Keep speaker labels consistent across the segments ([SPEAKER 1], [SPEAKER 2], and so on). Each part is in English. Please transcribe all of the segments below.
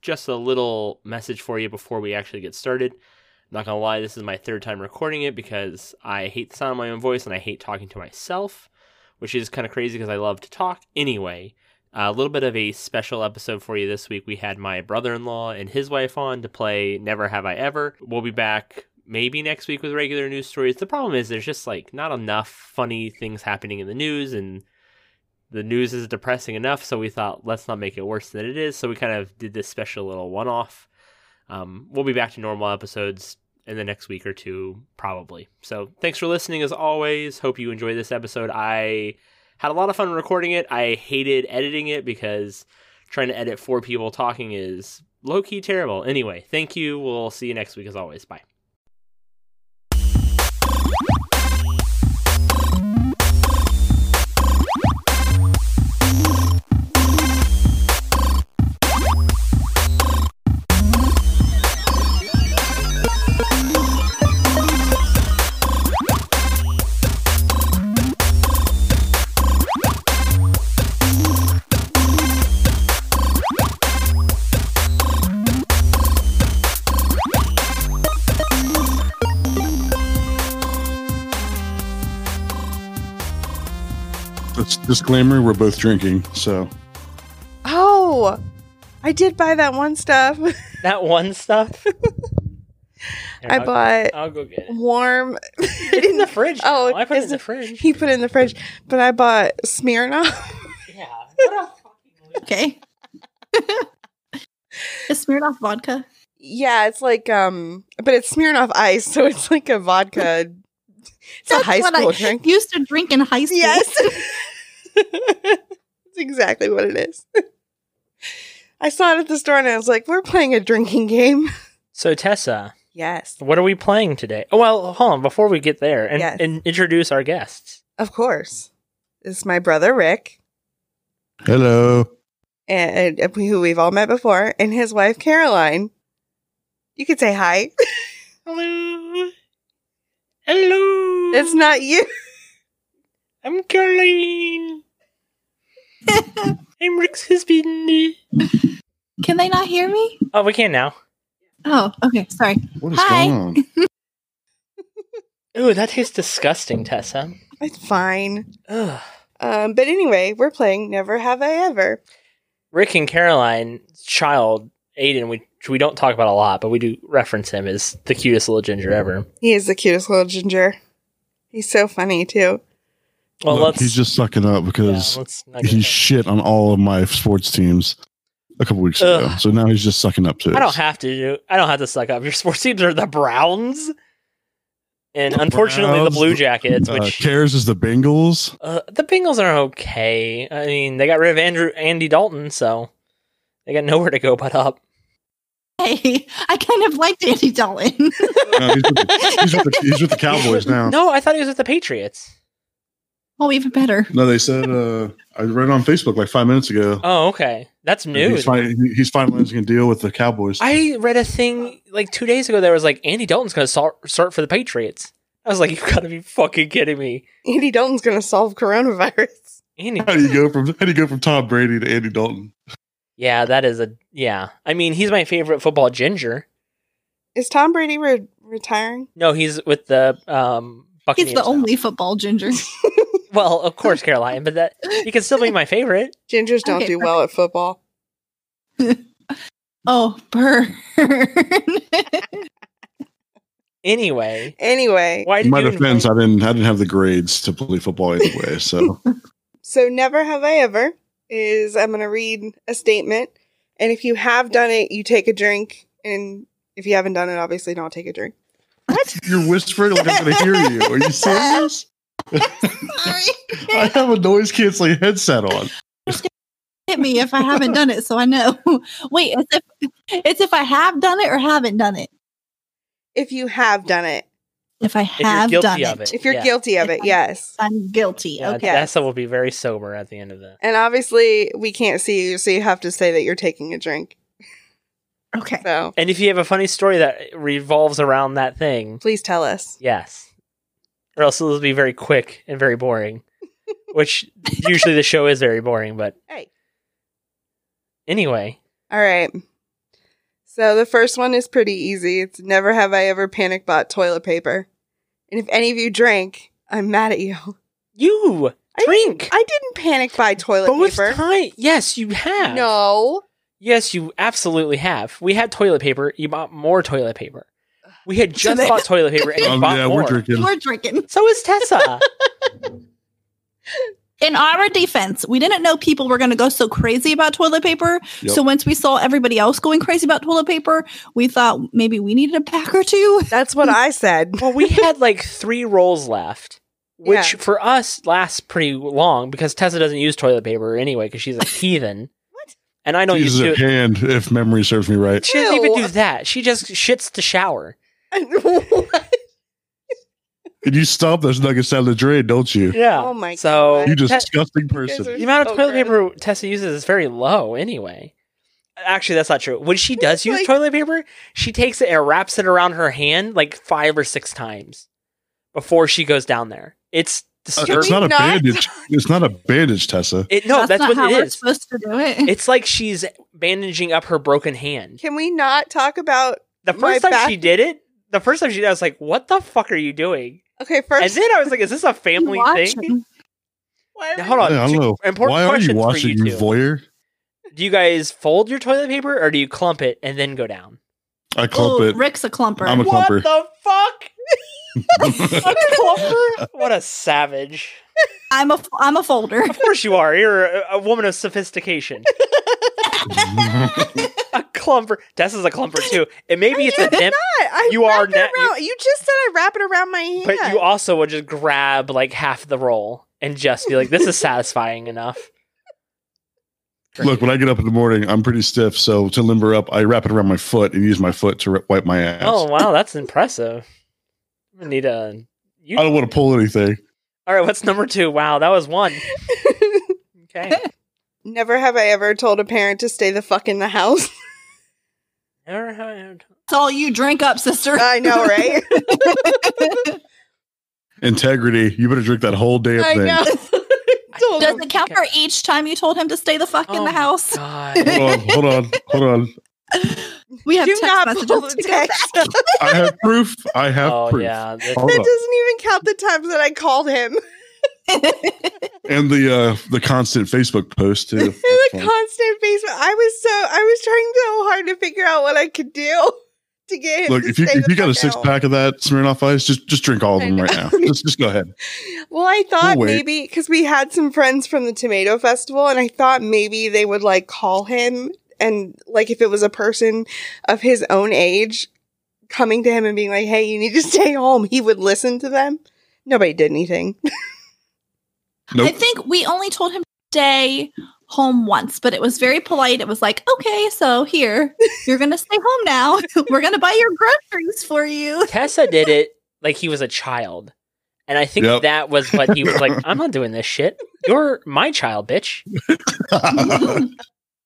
[SPEAKER 1] just a little message for you before we actually get started. Not gonna lie, this is my third time recording it because I hate the sound of my own voice and I hate talking to myself, which is kind of crazy because I love to talk anyway. A little bit of a special episode for you this week. We had my brother in law and his wife on to play Never Have I Ever. We'll be back maybe next week with regular news stories. The problem is there's just like not enough funny things happening in the news and the news is depressing enough, so we thought let's not make it worse than it is. So we kind of did this special little one off. Um, we'll be back to normal episodes in the next week or two, probably. So thanks for listening as always. Hope you enjoy this episode. I had a lot of fun recording it. I hated editing it because trying to edit four people talking is low key terrible. Anyway, thank you. We'll see you next week as always. Bye.
[SPEAKER 2] That's disclaimer. We're both drinking, so
[SPEAKER 3] Oh, I did buy that one stuff.
[SPEAKER 1] That one stuff.
[SPEAKER 3] I bought
[SPEAKER 1] I'll go get it.
[SPEAKER 3] warm.
[SPEAKER 1] It's in the fridge.
[SPEAKER 3] Oh,
[SPEAKER 1] now. I put it
[SPEAKER 3] it's
[SPEAKER 1] in the
[SPEAKER 3] a-
[SPEAKER 1] fridge.
[SPEAKER 3] he put it in the fridge, but I bought Smirnoff.
[SPEAKER 1] Yeah. What a fucking
[SPEAKER 4] Okay. Is Smirnoff vodka?
[SPEAKER 3] yeah, it's like um, but it's Smirnoff Ice, so it's like a vodka. It's a high
[SPEAKER 4] what
[SPEAKER 3] school
[SPEAKER 4] I
[SPEAKER 3] drink.
[SPEAKER 4] Used to drink in high school.
[SPEAKER 3] Yes, that's exactly what it is. I saw it at the store, and I was like, "We're playing a drinking game."
[SPEAKER 1] So Tessa,
[SPEAKER 3] Yes,
[SPEAKER 1] what are we playing today? Oh, well, hold on. Before we get there, and,
[SPEAKER 3] Yes.
[SPEAKER 1] and introduce our guests.
[SPEAKER 3] of course. It's my brother Rick,
[SPEAKER 2] hello.
[SPEAKER 3] and, and who we've all met before, and his wife Caroline. You could say hi.
[SPEAKER 1] Hello. Hello.
[SPEAKER 3] It's not you.
[SPEAKER 1] I'm Caroline. I'm Rick's husband.
[SPEAKER 4] Can they not hear me?
[SPEAKER 1] Oh, we can now.
[SPEAKER 4] Oh, okay. Sorry.
[SPEAKER 2] What is
[SPEAKER 4] Hi.
[SPEAKER 2] going on?
[SPEAKER 1] Ooh, that tastes disgusting, Tessa.
[SPEAKER 3] It's fine.
[SPEAKER 1] Ugh.
[SPEAKER 3] Um, but anyway, we're playing Never Have I Ever.
[SPEAKER 1] Rick and Caroline's child, Aiden, which we don't talk about a lot, but we do reference him as the cutest little ginger ever.
[SPEAKER 3] He is the cutest little ginger. He's so funny too.
[SPEAKER 1] Well,
[SPEAKER 2] Look,
[SPEAKER 1] let's
[SPEAKER 2] he's just sucking up
[SPEAKER 1] yeah,
[SPEAKER 2] because
[SPEAKER 1] let's not
[SPEAKER 2] he
[SPEAKER 1] get-
[SPEAKER 2] shit on all of my sports teams a couple weeks ago.
[SPEAKER 1] Ugh.
[SPEAKER 2] So now he's just sucking up to it.
[SPEAKER 1] I don't have to do. I don't have to suck up. Your sports teams are the Browns, and unfortunately the
[SPEAKER 2] Browns,
[SPEAKER 1] Blue
[SPEAKER 2] the-
[SPEAKER 1] Jackets,
[SPEAKER 2] Uh,
[SPEAKER 1] which
[SPEAKER 2] cares is the Bengals.
[SPEAKER 1] uh, the Bengals are okay. I mean, they got rid of Andrew Andy Dalton, so they got nowhere to go but up.
[SPEAKER 4] Hey, I kind of liked Andy Dalton.
[SPEAKER 2] No, he's, with the, he's with the- he's with the Cowboys now. No,
[SPEAKER 1] No, I thought he was with the Patriots.
[SPEAKER 4] oh, even better.
[SPEAKER 2] they said uh, I read on Facebook like five minutes ago.
[SPEAKER 1] Oh, okay, that's
[SPEAKER 2] he's,
[SPEAKER 1] news.
[SPEAKER 2] fin- he's finalizing a deal with the Cowboys.
[SPEAKER 1] I read a thing like two days ago that was like Andy Dalton's going to start, start for the Patriots. I was like, you've got to be fucking kidding me,
[SPEAKER 3] Andy Dalton's gonna solve coronavirus.
[SPEAKER 1] Andy.
[SPEAKER 2] how do you go from how do you go from Tom Brady to Andy Dalton?
[SPEAKER 1] yeah, that is a yeah. I mean, he's my favorite football ginger.
[SPEAKER 3] Is Tom Brady re- retiring?
[SPEAKER 1] No, he's with the um. Buccaneers
[SPEAKER 4] He's the
[SPEAKER 1] now.
[SPEAKER 4] only football ginger.
[SPEAKER 1] Well, of course, Caroline, but that he can still be my favorite.
[SPEAKER 3] Gingers don't
[SPEAKER 4] Okay,
[SPEAKER 3] do well at football.
[SPEAKER 4] Oh, burn.
[SPEAKER 1] Anyway,
[SPEAKER 3] Anyway,
[SPEAKER 1] why
[SPEAKER 2] In
[SPEAKER 1] did
[SPEAKER 2] my
[SPEAKER 1] you
[SPEAKER 2] defense,
[SPEAKER 1] invite-
[SPEAKER 2] I didn't I didn't have the grades to play football anyway. So
[SPEAKER 3] so Never Have I Ever is I'm gonna read a statement, and if you have done it, you take a drink, and if you haven't done it, obviously don't take a drink.
[SPEAKER 2] you're whispering like I'm going to hear you. Are you serious?
[SPEAKER 4] Sorry.
[SPEAKER 2] I have a noise canceling headset on.
[SPEAKER 4] Hit me if I haven't done it, so I know. Wait, it's if, it's if I have done it or haven't done it.
[SPEAKER 3] If you have done it,
[SPEAKER 4] If I
[SPEAKER 1] you're
[SPEAKER 4] have
[SPEAKER 1] guilty
[SPEAKER 4] done
[SPEAKER 1] of
[SPEAKER 4] it,
[SPEAKER 1] it.
[SPEAKER 3] if you're
[SPEAKER 1] Yeah.
[SPEAKER 3] guilty of it, yes.
[SPEAKER 4] I'm guilty.
[SPEAKER 1] Yeah,
[SPEAKER 4] Okay.
[SPEAKER 1] Tessa will be very sober at the end of that.
[SPEAKER 3] And obviously, we can't see you, so you have to say that you're taking a drink.
[SPEAKER 4] Okay.
[SPEAKER 3] So
[SPEAKER 1] And if you have a funny story that revolves around that thing,
[SPEAKER 3] please tell us.
[SPEAKER 1] yes, or else it'll be very quick and very boring. Which usually the show is very boring, but
[SPEAKER 3] Hey.
[SPEAKER 1] anyway,
[SPEAKER 3] All right. So the first one is pretty easy. It's never have I ever panic bought toilet paper. And if any of you drank, I'm mad at you.
[SPEAKER 1] You
[SPEAKER 3] I
[SPEAKER 1] drink
[SPEAKER 3] I didn't panic buy toilet
[SPEAKER 1] both
[SPEAKER 3] paper.
[SPEAKER 1] times. Yes, you have.
[SPEAKER 3] No.
[SPEAKER 1] Yes, you absolutely have. We had toilet paper. You bought more toilet paper. We had just
[SPEAKER 4] they-
[SPEAKER 1] bought toilet paper and you
[SPEAKER 2] Um,
[SPEAKER 1] bought
[SPEAKER 2] yeah,
[SPEAKER 1] more.
[SPEAKER 2] we're drinking.
[SPEAKER 4] We're drinking.
[SPEAKER 1] So is Tessa.
[SPEAKER 4] In our defense, we didn't know people were going to go so crazy about toilet paper.
[SPEAKER 2] Yep.
[SPEAKER 4] So once we saw everybody else going crazy about toilet paper, we thought maybe we needed a pack or two.
[SPEAKER 3] That's what I said.
[SPEAKER 1] well, we had like three rolls left, which for us lasts pretty long because Tessa doesn't use toilet paper anyway because she's a heathen.
[SPEAKER 3] What?
[SPEAKER 1] And I know
[SPEAKER 2] Use
[SPEAKER 1] you
[SPEAKER 2] a
[SPEAKER 1] do.
[SPEAKER 2] hand if memory serves me right.
[SPEAKER 1] She doesn't even
[SPEAKER 3] Ew.
[SPEAKER 1] do that. She just shits to shower.
[SPEAKER 2] And you stop those nuggets down the drain, don't you?
[SPEAKER 1] Yeah.
[SPEAKER 3] Oh my
[SPEAKER 1] So
[SPEAKER 3] God.
[SPEAKER 2] You
[SPEAKER 1] Te-
[SPEAKER 2] disgusting
[SPEAKER 3] guys
[SPEAKER 1] the
[SPEAKER 2] person.
[SPEAKER 3] are-
[SPEAKER 1] amount of
[SPEAKER 3] Oh,
[SPEAKER 1] toilet
[SPEAKER 3] gross.
[SPEAKER 1] paper Tessa uses is very low anyway. Actually, that's not true. When she does use
[SPEAKER 3] Like-
[SPEAKER 1] toilet paper, she takes it and wraps it around her hand like five or six times before she goes down there. It's
[SPEAKER 2] Uh,
[SPEAKER 1] disturbing.
[SPEAKER 2] it's not a
[SPEAKER 3] not?
[SPEAKER 2] bandage. It's not a bandage, Tessa.
[SPEAKER 1] it, no, that's,
[SPEAKER 4] not how
[SPEAKER 1] what it
[SPEAKER 4] we're
[SPEAKER 1] is.
[SPEAKER 4] supposed to do it.
[SPEAKER 1] It's like she's bandaging up her broken hand.
[SPEAKER 3] Can we not talk about
[SPEAKER 1] The
[SPEAKER 3] My
[SPEAKER 1] first time
[SPEAKER 3] back-
[SPEAKER 1] she did it, the first time she did it, I was like, what the fuck are you doing?
[SPEAKER 3] Okay,
[SPEAKER 1] And
[SPEAKER 3] first
[SPEAKER 1] then I was like, is this a family thing?
[SPEAKER 4] Watching.
[SPEAKER 3] why are
[SPEAKER 1] Now,
[SPEAKER 3] we-
[SPEAKER 1] hold on.
[SPEAKER 2] Yeah, I don't
[SPEAKER 1] two
[SPEAKER 2] know.
[SPEAKER 1] Important
[SPEAKER 2] Why are you
[SPEAKER 1] questions for
[SPEAKER 2] washing, you,
[SPEAKER 1] two.
[SPEAKER 2] voyeur?
[SPEAKER 1] Do you guys fold your toilet paper or do you clump it and then go down?
[SPEAKER 2] I clump
[SPEAKER 1] Oh,
[SPEAKER 4] Ooh,
[SPEAKER 2] it.
[SPEAKER 4] Rick's a clumper.
[SPEAKER 2] I'm a
[SPEAKER 1] What
[SPEAKER 2] clumper.
[SPEAKER 1] the fuck? A clumper? What a savage.
[SPEAKER 4] I'm a I'm a folder.
[SPEAKER 1] Of course you are. You're a, a woman of sophistication. A clumper. Tessa's a clumper too. And maybe it's a nip,
[SPEAKER 3] God, I
[SPEAKER 1] You are
[SPEAKER 3] wrap it
[SPEAKER 1] na- you-
[SPEAKER 3] around- You, just said I wrap it around my hand.
[SPEAKER 1] but you also would just grab like half the roll and just be like, this is satisfying enough.
[SPEAKER 2] Look, when I get up in the morning, I'm pretty stiff. So to limber up, I wrap it around my foot and use my foot to ri- wipe my ass.
[SPEAKER 1] Oh, wow. That's impressive. I'm gonna need a. You-
[SPEAKER 2] I don't want to pull anything.
[SPEAKER 1] All right. What's number two? Wow. That was one. Okay.
[SPEAKER 3] Never have I ever told a parent to stay the fuck in the house.
[SPEAKER 1] Never had-
[SPEAKER 4] That's all you drink up, sister.
[SPEAKER 3] I know, right?
[SPEAKER 2] Integrity. You better drink that whole damn
[SPEAKER 3] I
[SPEAKER 2] thing.
[SPEAKER 3] know. Told
[SPEAKER 4] Does
[SPEAKER 3] him.
[SPEAKER 4] it count for each time you told him to stay the fuck
[SPEAKER 1] Oh
[SPEAKER 4] in
[SPEAKER 1] my
[SPEAKER 4] the house?
[SPEAKER 1] God.
[SPEAKER 2] Hold on, hold on, hold on.
[SPEAKER 4] We have
[SPEAKER 3] Do
[SPEAKER 4] text
[SPEAKER 3] not
[SPEAKER 4] messages.
[SPEAKER 3] pull the
[SPEAKER 4] to go
[SPEAKER 3] text.
[SPEAKER 4] back.
[SPEAKER 2] I have proof. I have
[SPEAKER 1] Oh,
[SPEAKER 2] proof.
[SPEAKER 1] yeah. That's-
[SPEAKER 2] Hold on.
[SPEAKER 3] That doesn't even count the times that I called him.
[SPEAKER 2] And the uh the constant Facebook post
[SPEAKER 3] It
[SPEAKER 2] too.
[SPEAKER 3] was a constant Facebook. I was so I was trying so hard to figure out what I could do to get him.
[SPEAKER 2] Look,
[SPEAKER 3] to
[SPEAKER 2] if you
[SPEAKER 3] stay
[SPEAKER 2] if
[SPEAKER 3] the
[SPEAKER 2] you got a
[SPEAKER 3] fuck
[SPEAKER 2] six
[SPEAKER 3] out.
[SPEAKER 2] pack of that Smirnoff Ice, just just drink all of
[SPEAKER 3] I
[SPEAKER 2] them
[SPEAKER 3] know.
[SPEAKER 2] right now. Just just go ahead.
[SPEAKER 3] Well, I thought
[SPEAKER 2] wait.
[SPEAKER 3] maybe because we had some friends from the Tomato Festival, and I thought maybe they would like call him and like if it was a person of his own age coming to him and being like, "Hey, you need to stay home," he would listen to them. Nobody did anything.
[SPEAKER 2] Nope.
[SPEAKER 4] I think we only told him to stay home once, but it was very polite. It was like, okay, so here, you're going to stay home now. We're going to buy your groceries for you.
[SPEAKER 1] Tessa did it like he was a child. And I think
[SPEAKER 2] Yep.
[SPEAKER 1] that was what he was like, I'm not doing this shit. You're my child, bitch.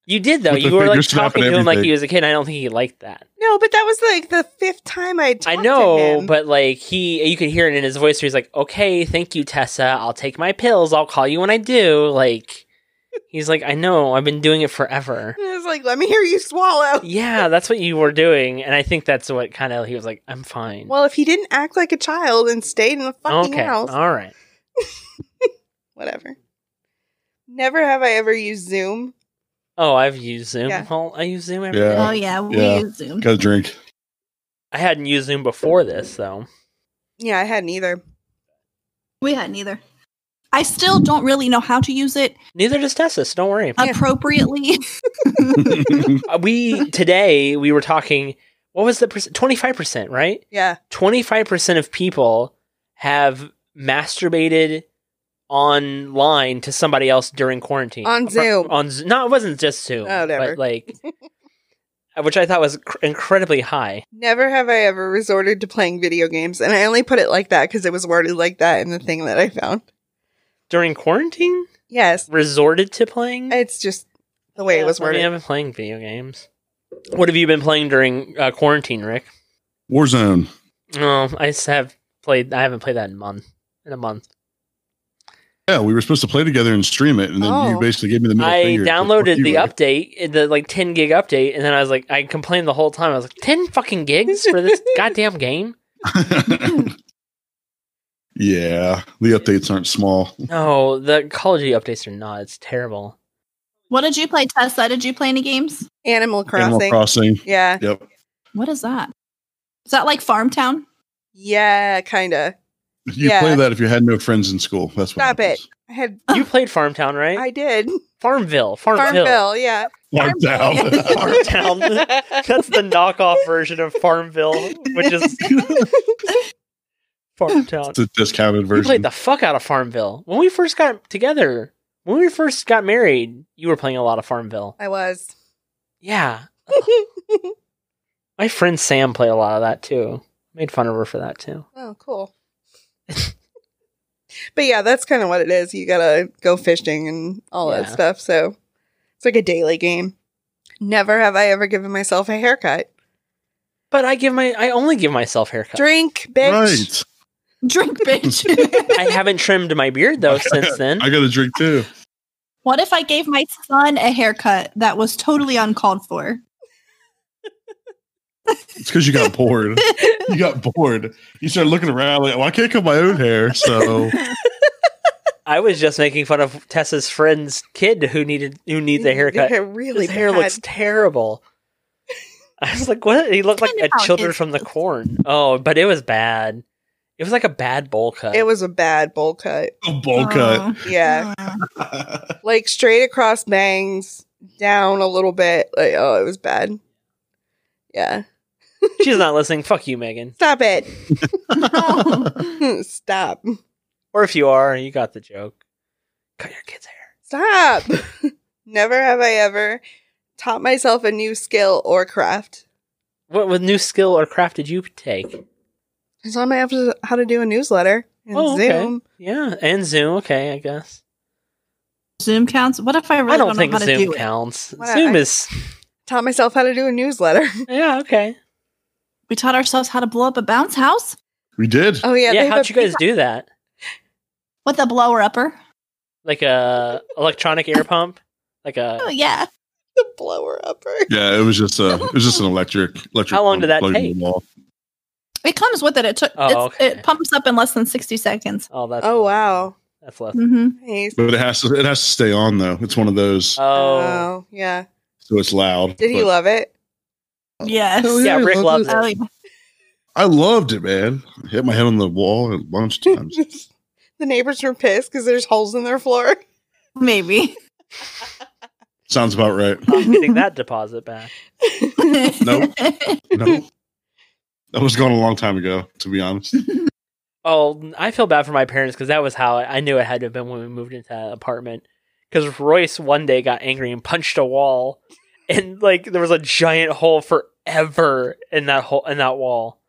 [SPEAKER 1] You did though.
[SPEAKER 2] With the
[SPEAKER 1] You were like
[SPEAKER 2] finger snap
[SPEAKER 1] talking
[SPEAKER 2] and
[SPEAKER 1] to him like
[SPEAKER 2] everything.
[SPEAKER 1] he was a kid. I don't think he liked that.
[SPEAKER 3] No, but that was like the fifth time I. Talked
[SPEAKER 1] I
[SPEAKER 3] to
[SPEAKER 1] know,
[SPEAKER 3] him.
[SPEAKER 1] but like he you could hear it in his voice where he's like, Okay, thank you, Tessa. I'll take my pills, I'll call you when I do. Like he's like, I know, I've been doing it forever.
[SPEAKER 3] And I was like, "Let me hear you swallow."
[SPEAKER 1] Yeah, that's what you were doing. And I think that's what kind of he was like, I'm fine.
[SPEAKER 3] Well, if he didn't act like a child and stayed in the fucking
[SPEAKER 1] okay.
[SPEAKER 3] house,
[SPEAKER 1] All right.
[SPEAKER 3] whatever. Never have I ever used Zoom.
[SPEAKER 1] Oh, I've used Zoom.
[SPEAKER 3] Yeah.
[SPEAKER 1] Well, I use Zoom every day.
[SPEAKER 2] Yeah.
[SPEAKER 4] Oh, yeah, we
[SPEAKER 2] Yeah.
[SPEAKER 4] use Zoom.
[SPEAKER 2] Gotta drink.
[SPEAKER 1] I hadn't used Zoom before this though.
[SPEAKER 3] Yeah, I hadn't either.
[SPEAKER 4] We hadn't either. I still don't really know how to use it
[SPEAKER 1] Neither does Tessa, so don't worry.
[SPEAKER 3] Yeah.
[SPEAKER 4] appropriately.
[SPEAKER 1] Uh, we today we were talking. What was the percent? Twenty five percent, right?
[SPEAKER 3] Yeah.
[SPEAKER 1] Twenty five percent of people have masturbated online to somebody else during quarantine
[SPEAKER 3] On Zoom.
[SPEAKER 1] On Z- no, it wasn't just Zoom,
[SPEAKER 3] Oh, whatever.
[SPEAKER 1] but like, uh, which I thought was cr- incredibly high.
[SPEAKER 3] Never have I ever resorted to playing video games, and I only put it like that because it was worded like that in the thing that I found.
[SPEAKER 1] During quarantine,
[SPEAKER 3] Yes,
[SPEAKER 1] resorted to playing.
[SPEAKER 3] it's just the way it was
[SPEAKER 1] I mean,
[SPEAKER 3] worded.
[SPEAKER 1] I've been playing video games. What have you been playing during uh, quarantine, Rick?
[SPEAKER 2] Warzone.
[SPEAKER 1] Oh, No, I just have played. I haven't played that in month in a month.
[SPEAKER 2] Yeah, we were supposed to play together and stream it, and then you
[SPEAKER 3] Oh.
[SPEAKER 2] basically gave me the middle
[SPEAKER 1] I
[SPEAKER 2] finger.
[SPEAKER 1] downloaded
[SPEAKER 2] You
[SPEAKER 1] the
[SPEAKER 2] were-
[SPEAKER 1] update, the like 10 gig update, and then I was like, I complained the whole time. I was like, 10 fucking gigs for this goddamn game?
[SPEAKER 2] yeah, the updates aren't small.
[SPEAKER 1] No, the Call of Duty updates are not. It's terrible.
[SPEAKER 4] What did you play, Tessa? Did you play any games?
[SPEAKER 3] Animal
[SPEAKER 2] Animal
[SPEAKER 3] Crossing.
[SPEAKER 2] Crossing.
[SPEAKER 3] yeah.
[SPEAKER 2] Yep.
[SPEAKER 4] What is that? Is that like Farmtown?
[SPEAKER 3] Yeah, kind of.
[SPEAKER 2] You
[SPEAKER 3] Yeah.
[SPEAKER 2] play that if you had no friends in school. That's what
[SPEAKER 3] Stop
[SPEAKER 2] happens.
[SPEAKER 3] it. I had
[SPEAKER 1] You played Farmtown, right?
[SPEAKER 3] I did.
[SPEAKER 1] Farmville. Farmville.
[SPEAKER 3] Farmville, yeah.
[SPEAKER 2] Locked
[SPEAKER 4] Farm
[SPEAKER 2] down.
[SPEAKER 1] Farmtown. That's the knockoff version of Farmville, which is Farmtown.
[SPEAKER 2] it's a discounted
[SPEAKER 1] You
[SPEAKER 2] version.
[SPEAKER 1] played the fuck out of Farmville. When we first got together, when we first got married, you were playing a lot of Farmville.
[SPEAKER 3] I was.
[SPEAKER 1] Yeah. My friend Sam played a lot of that too. Made fun of her for that too.
[SPEAKER 3] Oh, cool. but yeah, that's kind of what it is. You gotta go fishing and all that
[SPEAKER 1] Yeah.
[SPEAKER 3] stuff. So it's like a daily game. Never have I ever given myself a haircut.
[SPEAKER 1] But I give my I only give myself haircuts.
[SPEAKER 3] Drink, bitch.
[SPEAKER 2] Right.
[SPEAKER 4] Drink, bitch.
[SPEAKER 1] I haven't trimmed my beard though since then.
[SPEAKER 2] I got a drink too.
[SPEAKER 4] what if I gave my son a haircut that was totally uncalled for?
[SPEAKER 2] It's because you got bored. you got bored. You started looking around like, well, I can't cut my own hair. So
[SPEAKER 1] I was just making fun of Tessa's friend's kid who needed who needs a haircut.
[SPEAKER 3] Your hair really
[SPEAKER 1] His hair
[SPEAKER 3] bad.
[SPEAKER 1] looks terrible. I was like, what? He looked like
[SPEAKER 4] Kind
[SPEAKER 1] a
[SPEAKER 4] of how
[SPEAKER 1] children
[SPEAKER 4] his
[SPEAKER 1] from the
[SPEAKER 4] looks.
[SPEAKER 1] corn. Oh, but it was bad. It was like a bad bowl cut.
[SPEAKER 3] It was a bad bowl cut.
[SPEAKER 2] a bowl
[SPEAKER 4] Oh.
[SPEAKER 2] cut.
[SPEAKER 3] Yeah. like straight across bangs, down a little bit. Like, oh, it was bad. Yeah.
[SPEAKER 1] She's not listening. Fuck you, Megan.
[SPEAKER 3] Stop it.
[SPEAKER 4] Oh.
[SPEAKER 3] Stop.
[SPEAKER 1] Or if you are, you got the joke. Cut your kid's hair.
[SPEAKER 3] Stop. Never have I ever taught myself a new skill or craft.
[SPEAKER 1] What, what new skill or craft did you take?
[SPEAKER 3] I taught myself how to do a newsletter in
[SPEAKER 1] Oh, okay.
[SPEAKER 3] Zoom.
[SPEAKER 1] Yeah, and Zoom. Okay, I guess.
[SPEAKER 4] Zoom counts. What if I really
[SPEAKER 1] I
[SPEAKER 4] don't,
[SPEAKER 1] don't think
[SPEAKER 4] know how to
[SPEAKER 1] Zoom
[SPEAKER 4] do it?
[SPEAKER 1] counts.
[SPEAKER 3] What,
[SPEAKER 1] Zoom
[SPEAKER 3] I-
[SPEAKER 1] is.
[SPEAKER 3] Taught myself how to do a newsletter.
[SPEAKER 1] Yeah, okay.
[SPEAKER 4] We taught ourselves how to blow up a bounce house
[SPEAKER 2] We did.
[SPEAKER 3] Oh yeah,
[SPEAKER 1] Yeah,
[SPEAKER 3] they have
[SPEAKER 1] how'd
[SPEAKER 3] a-
[SPEAKER 1] you guys do that?
[SPEAKER 4] with a blower upper.
[SPEAKER 1] Like a electronic air pump? Like uh,
[SPEAKER 4] Oh
[SPEAKER 1] a.
[SPEAKER 4] yeah.
[SPEAKER 3] the blower upper?
[SPEAKER 2] Yeah, it was just a, it was just an electric electric.
[SPEAKER 1] How long did that
[SPEAKER 2] plug in the
[SPEAKER 1] take?
[SPEAKER 2] wall.
[SPEAKER 4] It comes with it. It took.
[SPEAKER 1] Oh,
[SPEAKER 4] it's,
[SPEAKER 1] okay.
[SPEAKER 4] It pumps up in less than sixty seconds.
[SPEAKER 1] Oh, that's.
[SPEAKER 3] Oh
[SPEAKER 1] less-
[SPEAKER 3] wow,
[SPEAKER 1] That's less.
[SPEAKER 4] hmm
[SPEAKER 3] nice.
[SPEAKER 2] But it has to it has to stay on though. It's one of those,
[SPEAKER 1] Oh.
[SPEAKER 3] Oh yeah.
[SPEAKER 2] so it's loud.
[SPEAKER 3] Did he
[SPEAKER 2] but-
[SPEAKER 3] love it?
[SPEAKER 4] Yes.
[SPEAKER 2] Hell
[SPEAKER 1] Yeah,
[SPEAKER 2] I
[SPEAKER 1] Rick
[SPEAKER 2] loved
[SPEAKER 1] loves
[SPEAKER 2] it.
[SPEAKER 1] it.
[SPEAKER 4] Oh, yeah.
[SPEAKER 2] I loved it, man. Hit my head on the wall a bunch of times.
[SPEAKER 3] the neighbors were pissed because there's holes in their floor.
[SPEAKER 4] Maybe.
[SPEAKER 2] Sounds about right.
[SPEAKER 1] I'm getting that deposit back.
[SPEAKER 2] Nope. No. That was gone a long time ago, to be honest.
[SPEAKER 1] Oh, I feel bad for my parents because that was how I I knew it had to have been when we moved into that apartment. Because Royce one day got angry and punched a wall, and like there was a giant hole forever in that hole in that wall.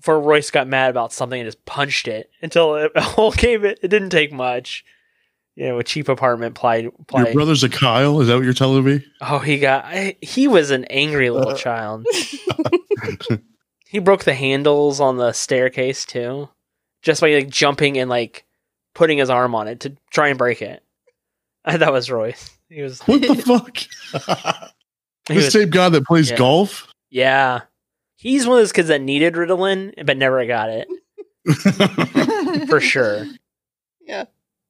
[SPEAKER 1] For Royce got mad about something and just punched it until it- a hole came. It, it didn't take much, you know, a cheap apartment ply.
[SPEAKER 2] Your
[SPEAKER 1] ply.
[SPEAKER 2] brother's a Kyle. Is that what you're telling me?
[SPEAKER 1] Oh, he got I, he was an angry little child. he broke the handles on the staircase too, just by like jumping and like putting his arm on it to try and break it. I, that was Royce. He was.
[SPEAKER 2] What the fuck?
[SPEAKER 1] he
[SPEAKER 2] the
[SPEAKER 1] was-
[SPEAKER 2] same guy that plays
[SPEAKER 1] yeah.
[SPEAKER 2] golf?
[SPEAKER 1] yeah, he's one of those kids that needed Ritalin but never got it for sure.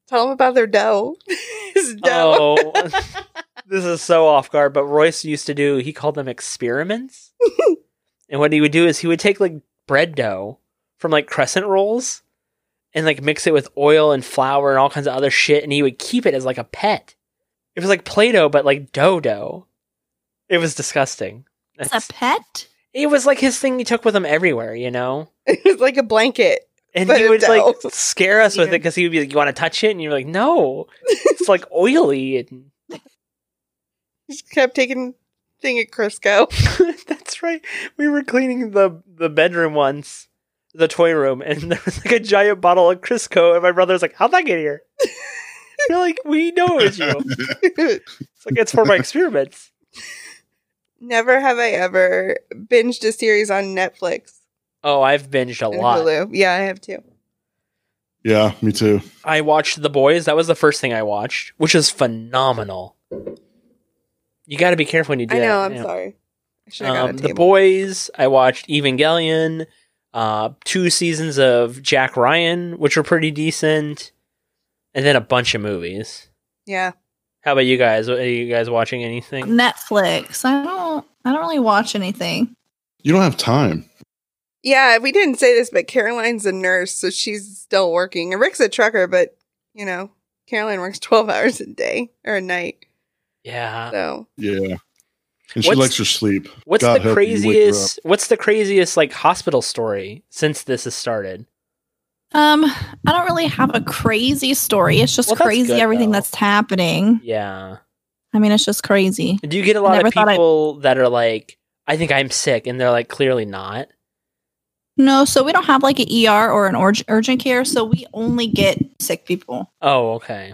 [SPEAKER 3] Tell them about their dough. His dough.
[SPEAKER 1] Oh, this is so off guard. But Royce used to do. He called them experiments. and what he would do is he would take like bread dough from like crescent rolls, and like mix it with oil and flour and all kinds of other shit. And he would keep it as like a pet. It was like Play-Doh, but like dough dough. It was disgusting.
[SPEAKER 4] It's a pet.
[SPEAKER 1] It was like his thing he took with him everywhere, you know.
[SPEAKER 3] It was like a blanket.
[SPEAKER 1] And
[SPEAKER 3] But
[SPEAKER 1] he
[SPEAKER 3] it
[SPEAKER 1] would like
[SPEAKER 3] dough.
[SPEAKER 1] scare us with it
[SPEAKER 3] Yeah.
[SPEAKER 1] because he would be like, "You want to touch it?" And you're like, "No, it's like oily." And
[SPEAKER 3] Just kept taking thing at Crisco.
[SPEAKER 1] That's right. We were cleaning the the bedroom once, the toy room, and there was like a giant bottle of Crisco, and my brother's like, "How'd that get here?" They're like, "We know it was you." It's like it's for my experiments.
[SPEAKER 3] Never have I ever binged a series on Netflix.
[SPEAKER 1] Oh, I've binged a
[SPEAKER 3] and
[SPEAKER 1] lot.
[SPEAKER 3] Hulu. Yeah, I have too.
[SPEAKER 2] Yeah, me too.
[SPEAKER 1] I watched The Boys. That was the first thing I watched, which is phenomenal. You got to be careful when you do
[SPEAKER 3] I
[SPEAKER 1] that.
[SPEAKER 3] know. I'm
[SPEAKER 1] Yeah.
[SPEAKER 3] sorry. I should have got
[SPEAKER 1] Um,
[SPEAKER 3] a
[SPEAKER 1] the
[SPEAKER 3] table.
[SPEAKER 1] Boys. I watched Evangelion. Uh, two seasons of Jack Ryan, which were pretty decent, and then a bunch of movies.
[SPEAKER 3] yeah.
[SPEAKER 1] How about you guys? Are you guys watching anything?
[SPEAKER 4] Netflix. I don't. I don't really watch anything.
[SPEAKER 2] You don't have time.
[SPEAKER 3] Yeah, we didn't say this, but Caroline's a nurse, so she's still working. And Rick's a trucker, but you know, Caroline works twelve hours a day or a night.
[SPEAKER 1] Yeah.
[SPEAKER 3] So
[SPEAKER 2] Yeah. And she
[SPEAKER 1] What's-
[SPEAKER 2] likes her sleep.
[SPEAKER 1] What's
[SPEAKER 2] God
[SPEAKER 1] the
[SPEAKER 2] help you, wake her
[SPEAKER 1] craziest? What's the craziest like hospital story since this has started?
[SPEAKER 4] Um, I don't really have a crazy story. It's just
[SPEAKER 1] Well, that's
[SPEAKER 4] crazy
[SPEAKER 1] good,
[SPEAKER 4] everything
[SPEAKER 1] though.
[SPEAKER 4] that's happening.
[SPEAKER 1] Yeah.
[SPEAKER 4] I mean, it's just crazy.
[SPEAKER 1] Do you get a lot
[SPEAKER 4] Never
[SPEAKER 1] of
[SPEAKER 4] thought I-
[SPEAKER 1] people that are like, I think I'm sick, and they're like, clearly not.
[SPEAKER 4] No, so we don't have like an ER or an urg- urgent care, so we only get sick people.
[SPEAKER 1] Oh, okay.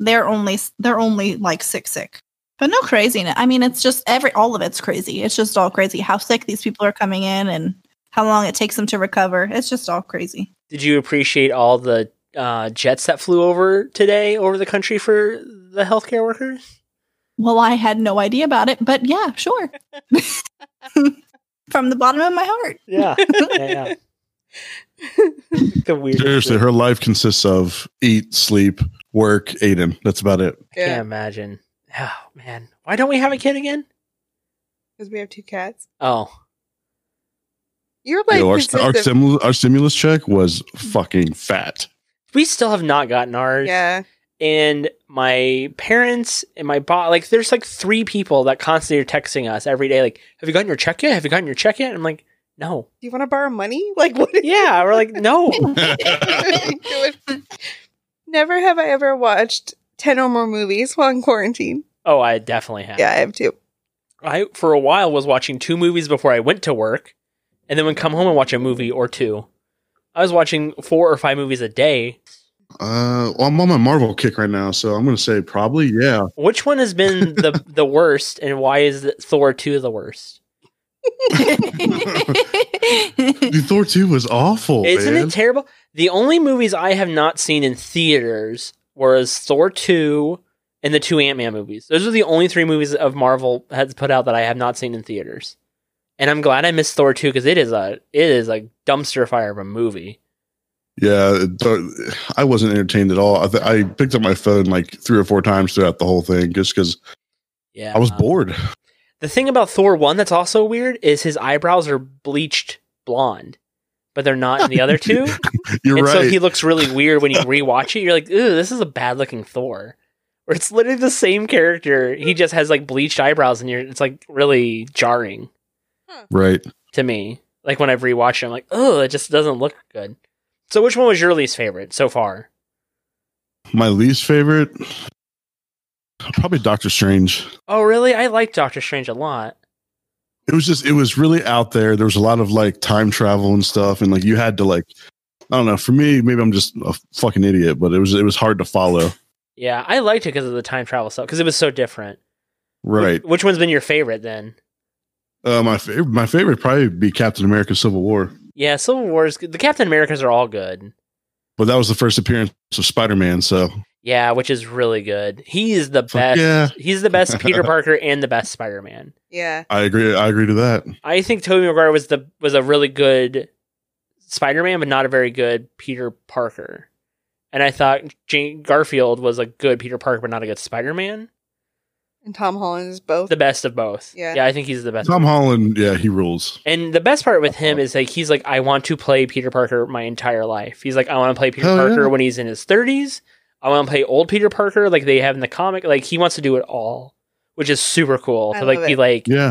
[SPEAKER 4] They're only they're only like sick sick. But no craziness. I mean, it's just every all of it's crazy. It's just all crazy how sick these people are coming in and how long it takes them to recover. It's just all crazy.
[SPEAKER 1] Did you appreciate all the uh, jets that flew over today over the country for the healthcare workers?
[SPEAKER 4] Well, I had no idea about it, but yeah, sure. From the bottom of my heart.
[SPEAKER 1] Yeah. yeah, yeah. the weird.
[SPEAKER 2] Seriously, her life consists of eat, sleep, work, Aiden. That's about it.
[SPEAKER 1] Can't
[SPEAKER 3] yeah,
[SPEAKER 1] imagine. Oh man, why don't we have a kid again?
[SPEAKER 3] because we have two cats.
[SPEAKER 1] Oh,
[SPEAKER 3] You're like
[SPEAKER 2] Yo, our,
[SPEAKER 3] consistent-
[SPEAKER 2] our, stimulus, our stimulus check was fucking fat.
[SPEAKER 1] we still have not gotten ours.
[SPEAKER 3] yeah,
[SPEAKER 1] and my parents and my boss like there's like three people that constantly are texting us every day like have you gotten your check yet have you gotten your check yet i'm like no
[SPEAKER 3] do you want to borrow money? Like what? Is-
[SPEAKER 1] yeah we're like no
[SPEAKER 2] Uh,
[SPEAKER 3] Never have I ever watched ten or more movies while in quarantine.
[SPEAKER 1] oh i definitely have
[SPEAKER 3] Yeah, I have two.
[SPEAKER 1] i for a while was watching two movies before i went to work and then would come home and watch a movie or two i was watching four or five movies a day
[SPEAKER 2] Uh, well, I'm on my Marvel kick right now, so I'm going to say probably, yeah.
[SPEAKER 1] which one has been the the worst and why is thor 2 the worst
[SPEAKER 2] Dude, Thor 2 was awful.
[SPEAKER 1] Isn't
[SPEAKER 2] Oh, man.
[SPEAKER 1] it terrible? The only movies I have not seen in theaters whereas Thor 2 and the two Ant Man movies. Those are the only three movies of Marvel has put out that I have not seen in theaters. And I'm glad I missed Thor 2 because it is a it is a dumpster fire of a movie.
[SPEAKER 2] Yeah, th- I wasn't entertained at all. I, th- I picked up my phone like three or four times throughout the whole thing just because
[SPEAKER 1] Yeah.
[SPEAKER 2] I was bored.
[SPEAKER 1] The thing about Thor 1 that's also weird is his eyebrows are bleached blonde, but they're not in the other two.
[SPEAKER 2] You're
[SPEAKER 1] and
[SPEAKER 2] right.
[SPEAKER 1] so he looks really weird when you rewatch it. You're like, ooh, this is a bad looking Thor. Or it's literally the same character. He just has like bleached eyebrows, and you're it's like really jarring
[SPEAKER 2] right.
[SPEAKER 1] to me. Like when I've rewatched it, I'm like, oh, it just doesn't look good. So which one was your least favorite so far?
[SPEAKER 2] My least favorite, probably Doctor Strange.
[SPEAKER 1] Oh really? I like Doctor Strange a lot.
[SPEAKER 2] It was just, it was really out there. There was a lot of like time travel and stuff. And like you had to like, I don't know. For me, maybe I'm just a fucking idiot, but it was, it was hard to follow.
[SPEAKER 1] Yeah, I liked it because of the time travel stuff, because it was so different.
[SPEAKER 2] Right.
[SPEAKER 1] Which one's been your favorite then?
[SPEAKER 2] Uh, my favorite, my favorite would probably be Captain America Civil War,
[SPEAKER 1] Yeah, Civil War's good. The Captain Americas are all good.
[SPEAKER 2] but that was the first appearance of Spider-Man. So
[SPEAKER 1] Yeah, which is really good. He is the
[SPEAKER 2] fuck
[SPEAKER 1] best.
[SPEAKER 2] yeah,
[SPEAKER 1] He's the best Peter Parker and the best Spider Man.
[SPEAKER 3] Yeah,
[SPEAKER 2] I agree. I agree to that.
[SPEAKER 1] I think Tobey Maguire was the was a really good Spider-Man, but not a very good Peter Parker. And I thought Jane Garfield was a good Peter Parker, but not a good Spider-Man.
[SPEAKER 3] and Tom Holland is both.
[SPEAKER 1] The best of both.
[SPEAKER 3] Yeah.
[SPEAKER 1] yeah I think he's the best.
[SPEAKER 2] Tom Holland, yeah, he rules.
[SPEAKER 1] And the best part with
[SPEAKER 2] Uh-huh.
[SPEAKER 1] him is like he's like, I want to play Peter Parker my entire life. He's like, I want to play Peter
[SPEAKER 2] Hell
[SPEAKER 1] Parker
[SPEAKER 2] yeah.
[SPEAKER 1] when he's in his thirties. I want to play old Peter Parker like they have in the comic. Like he wants to do it all, which is super cool.
[SPEAKER 3] I
[SPEAKER 1] to like
[SPEAKER 3] love
[SPEAKER 1] be
[SPEAKER 3] it.
[SPEAKER 1] like
[SPEAKER 2] Yeah,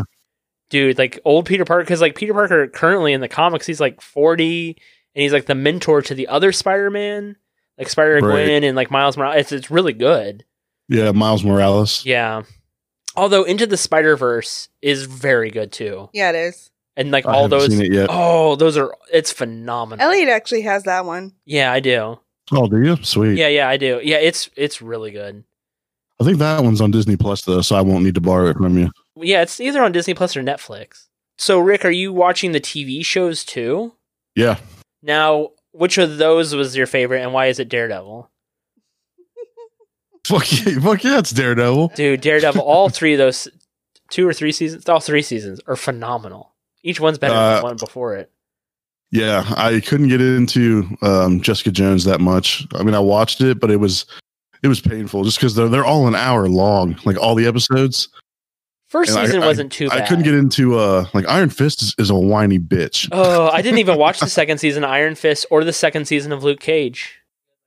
[SPEAKER 1] dude, like old Peter Parker, because like Peter Parker currently in the comics, he's like 40 and he's like the mentor to the other Spider Man, like Spider
[SPEAKER 2] Right.
[SPEAKER 1] Gwen and like Miles Morales. It's, it's really good.
[SPEAKER 2] yeah, Miles Morales.
[SPEAKER 1] Yeah. Although Into the Spider Verse is very good too.
[SPEAKER 3] yeah, it is.
[SPEAKER 1] And like
[SPEAKER 2] I
[SPEAKER 1] all
[SPEAKER 2] haven't
[SPEAKER 1] those.
[SPEAKER 2] seen it yet.
[SPEAKER 1] Oh, those are. It's phenomenal.
[SPEAKER 3] Elliot actually has that one.
[SPEAKER 1] Yeah, I do.
[SPEAKER 2] Oh, do you? Sweet.
[SPEAKER 1] Yeah, yeah, I do. Yeah, it's it's really good.
[SPEAKER 2] I think that one's on Disney Plus though, so I won't need to borrow it from you.
[SPEAKER 1] Yeah, it's either on Disney Plus or Netflix. So, Rick, are you watching the TV shows too?
[SPEAKER 2] Yeah,
[SPEAKER 1] Now, which of those was your favorite and why is it Daredevil?
[SPEAKER 2] Fuck yeah, fuck yeah, it's Daredevil.
[SPEAKER 1] Dude, Daredevil, all three of those, two or three seasons, all three seasons are phenomenal. Each one's better than
[SPEAKER 2] Uh,
[SPEAKER 1] the one before it.
[SPEAKER 2] Yeah, I couldn't get into um, Jessica Jones that much. I mean, I watched it, but it was it was painful just because they're they're all an hour long, like all the episodes.
[SPEAKER 1] First
[SPEAKER 2] and I-
[SPEAKER 1] season
[SPEAKER 2] I-
[SPEAKER 1] wasn't too bad.
[SPEAKER 2] I couldn't get into uh like Iron Fist is, is a whiny bitch.
[SPEAKER 1] oh, I didn't even watch the second season of Iron Fist or the second season of Luke Cage.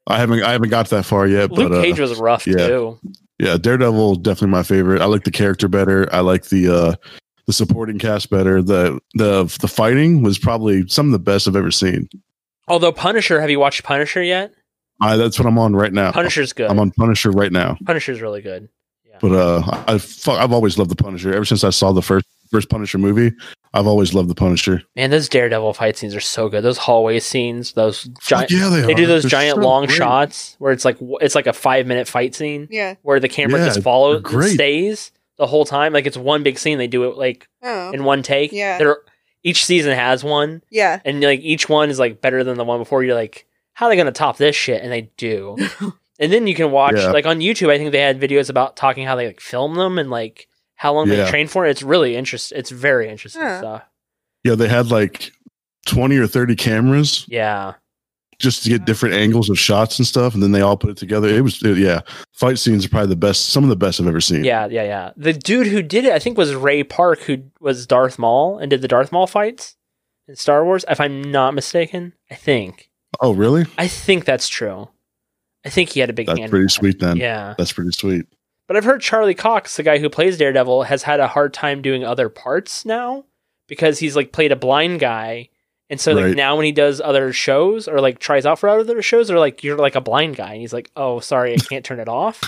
[SPEAKER 2] I haven't I haven't got that far yet,
[SPEAKER 1] Luke
[SPEAKER 2] but uh,
[SPEAKER 1] Cage was rough
[SPEAKER 2] yeah.
[SPEAKER 1] too.
[SPEAKER 2] yeah, Daredevil definitely my favorite. I like the character better. I like the uh the supporting cast better. The the the fighting was probably some of the best I've ever seen.
[SPEAKER 1] Although Punisher, have you watched Punisher yet?
[SPEAKER 2] I, that's what I'm on right now.
[SPEAKER 1] Punisher's good.
[SPEAKER 2] I'm on Punisher right now.
[SPEAKER 1] Punisher's really good.
[SPEAKER 2] But uh, I fu- I've always loved the Punisher. Ever since I saw the first first Punisher movie, I've always loved the Punisher.
[SPEAKER 1] Man, those Daredevil fight scenes are so good. Those hallway scenes, those giant.
[SPEAKER 2] Fuck yeah, they,
[SPEAKER 1] They
[SPEAKER 2] are.
[SPEAKER 1] do those
[SPEAKER 2] They're
[SPEAKER 1] giant
[SPEAKER 2] so
[SPEAKER 1] long
[SPEAKER 2] great.
[SPEAKER 1] shots where it's like it's like a five minute fight scene
[SPEAKER 3] Yeah.
[SPEAKER 1] where the camera
[SPEAKER 2] Yeah,
[SPEAKER 1] just follows
[SPEAKER 2] they're great.
[SPEAKER 1] stays the whole time. Like it's one big scene. They do it like
[SPEAKER 3] Oh.
[SPEAKER 1] in one take.
[SPEAKER 3] Yeah.
[SPEAKER 1] They're, each season has one,
[SPEAKER 3] yeah.
[SPEAKER 1] and like each one is like better than the one before. You're like, how are they gonna top this shit? And they do. and then you can watch
[SPEAKER 2] Yeah.
[SPEAKER 1] like on YouTube. I think they had videos about talking how they like film them and like how long
[SPEAKER 2] Yeah.
[SPEAKER 1] they train for. It's really interesting. It's very interesting
[SPEAKER 3] Huh.
[SPEAKER 1] stuff.
[SPEAKER 2] Yeah, they had like twenty or thirty cameras
[SPEAKER 1] Yeah.
[SPEAKER 2] just to get different angles of shots and stuff, and then they all put it together. It was yeah, fight scenes are probably the best, some of the best I've ever seen.
[SPEAKER 1] Yeah, yeah, yeah. The dude who did it, I think, was Ray Park, who was Darth Maul and did the Darth Maul fights in Star Wars, if I'm not mistaken. I think.
[SPEAKER 2] Oh, really?
[SPEAKER 1] I think that's true. I think he had a big
[SPEAKER 2] That's
[SPEAKER 1] hand. in
[SPEAKER 2] pretty
[SPEAKER 1] that.
[SPEAKER 2] sweet then.
[SPEAKER 1] Yeah.
[SPEAKER 2] That's pretty sweet.
[SPEAKER 1] But I've heard Charlie Cox, the guy who plays Daredevil, has had a hard time doing other parts now because he's like played a blind guy. And so like
[SPEAKER 2] Right.
[SPEAKER 1] now when he does other shows or like tries out for other shows or like you're like a blind guy and he's like, "Oh, sorry, I can't turn it off."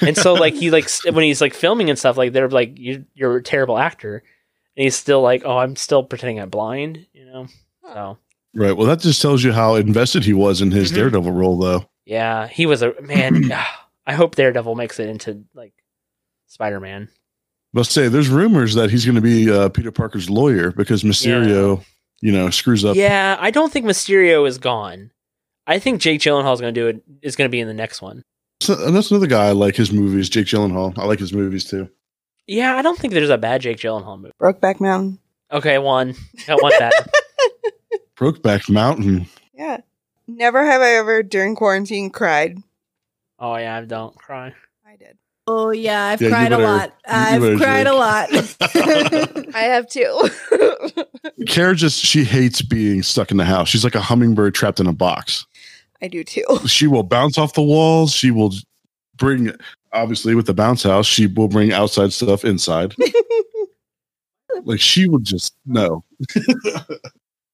[SPEAKER 1] and so like he like st- when he's like filming and stuff like they're like you you're a terrible actor and he's still like oh i'm still pretending i'm blind you know so
[SPEAKER 2] Right. Well, that just tells you how invested he was in his
[SPEAKER 1] Mhm.
[SPEAKER 2] Daredevil role, though.
[SPEAKER 1] yeah he was a man i hope daredevil makes it into like spider-man
[SPEAKER 2] Let's say there's rumors that he's going to be uh, Peter Parker's lawyer because Mysterio, you know, screws up.
[SPEAKER 1] yeah i don't think mysterio is gone i think jake gyllenhaal is going to do it is going to be in the next one
[SPEAKER 2] So- and that's another guy I like his movies, Jake Gyllenhaal. I like his movies too.
[SPEAKER 1] yeah i don't think there's a bad jake gyllenhaal movie
[SPEAKER 3] Brokeback Mountain.
[SPEAKER 1] okay one got one bad
[SPEAKER 2] Brokeback Mountain.
[SPEAKER 3] Yeah. Never have I ever during quarantine cried.
[SPEAKER 1] oh yeah i don't cry
[SPEAKER 3] I did.
[SPEAKER 4] Oh yeah, I've
[SPEAKER 2] Yeah, you
[SPEAKER 4] cried a
[SPEAKER 2] better-
[SPEAKER 4] lot.
[SPEAKER 2] you better
[SPEAKER 4] I've cried a
[SPEAKER 2] drink.
[SPEAKER 4] lot.
[SPEAKER 3] I have too.
[SPEAKER 2] Kara just she hates being stuck in the house. She's like a hummingbird trapped in a box.
[SPEAKER 3] I do too.
[SPEAKER 2] She will bounce off the walls. She will bring, obviously, with the bounce house, she will bring outside stuff inside. like she will just no.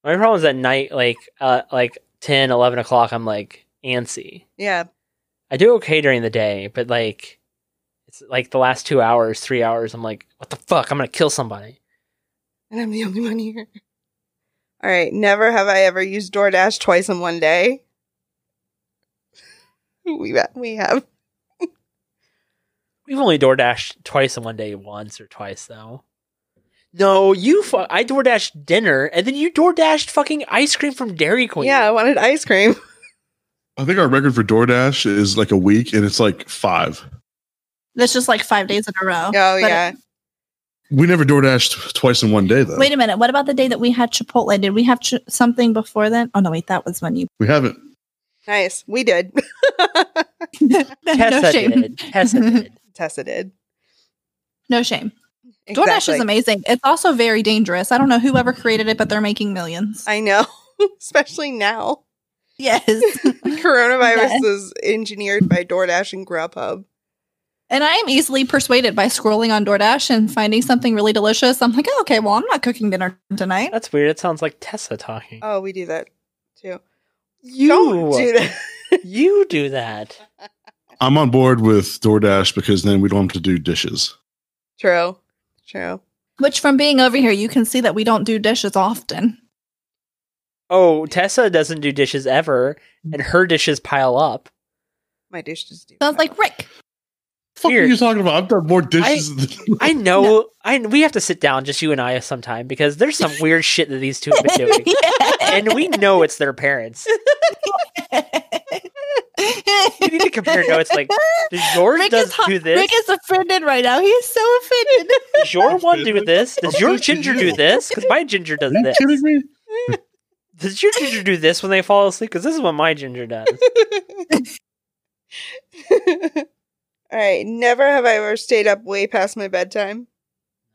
[SPEAKER 1] My problem is at night, like uh, like 10, 11 o'clock, I'm like antsy.
[SPEAKER 3] Yeah.
[SPEAKER 1] I do okay during the day, but like it's like the last two hours, three hours, I'm like, what the fuck? I'm gonna kill somebody.
[SPEAKER 3] And I'm the only one here. All right. Never have I ever used DoorDash twice in one day. We ha- we have.
[SPEAKER 1] We've only DoorDashed twice in one day, once or twice though. No, you. Fu- I DoorDashed dinner, and then you DoorDashed fucking ice cream from Dairy Queen.
[SPEAKER 3] Yeah, I wanted ice cream.
[SPEAKER 4] Oh,
[SPEAKER 2] I think our record for DoorDash is like a week, and it's like five.
[SPEAKER 4] That's just like five days in a row.
[SPEAKER 3] Oh
[SPEAKER 4] But-
[SPEAKER 3] yeah.
[SPEAKER 2] We never DoorDashed twice in one day though.
[SPEAKER 4] Wait a minute. What about the day that we had Chipotle? Did we have ch- something before then? Oh no, wait, that was when you.
[SPEAKER 2] we haven't.
[SPEAKER 3] Nice. We did.
[SPEAKER 1] Tessa
[SPEAKER 4] no shame.
[SPEAKER 1] did. Tessa did.
[SPEAKER 3] Tessa did.
[SPEAKER 4] No shame. DoorDash
[SPEAKER 3] Exactly.
[SPEAKER 4] is amazing. It's also very dangerous. I don't know whoever created it, but they're making millions.
[SPEAKER 3] I know, especially now.
[SPEAKER 4] yes.
[SPEAKER 3] Coronavirus
[SPEAKER 4] Yes.
[SPEAKER 3] is engineered by DoorDash and Grubhub.
[SPEAKER 4] and I am easily persuaded by scrolling on DoorDash and finding something really delicious. I'm like, oh, okay, well, I'm not cooking dinner tonight.
[SPEAKER 1] That's weird. It sounds like Tessa talking.
[SPEAKER 3] Oh, we do that too.
[SPEAKER 1] you
[SPEAKER 3] Don't do that.
[SPEAKER 1] You do that.
[SPEAKER 2] I'm on board with DoorDash because then we don't have to do dishes.
[SPEAKER 3] True. True.
[SPEAKER 4] Which, from being over here, you can see that we don't do dishes often.
[SPEAKER 1] Oh, Tessa doesn't do dishes ever, and her dishes pile up.
[SPEAKER 3] My dish just do.
[SPEAKER 4] So I was like, Rick,
[SPEAKER 2] fuck are
[SPEAKER 1] Weird.
[SPEAKER 2] you talking about? I've done more dishes. than
[SPEAKER 1] I know. I we have to sit down, just you and I, sometime because there's some weird shit that these two have been doing, and we know it's their parents. We need to compare notes. Like, does yours
[SPEAKER 4] Rick
[SPEAKER 1] does
[SPEAKER 4] is, hot-
[SPEAKER 1] do this?
[SPEAKER 4] Rick is offended right now. He's so offended.
[SPEAKER 1] Does your one do this? Does
[SPEAKER 2] I'm
[SPEAKER 1] your
[SPEAKER 2] pissed at
[SPEAKER 1] ginger
[SPEAKER 2] you.
[SPEAKER 1] do this? Because my ginger does
[SPEAKER 2] Are you
[SPEAKER 1] this.
[SPEAKER 2] kidding me?
[SPEAKER 1] Does your ginger do this when they fall asleep? Because this is what my ginger does.
[SPEAKER 3] All right. Never have I ever stayed up way past my bedtime.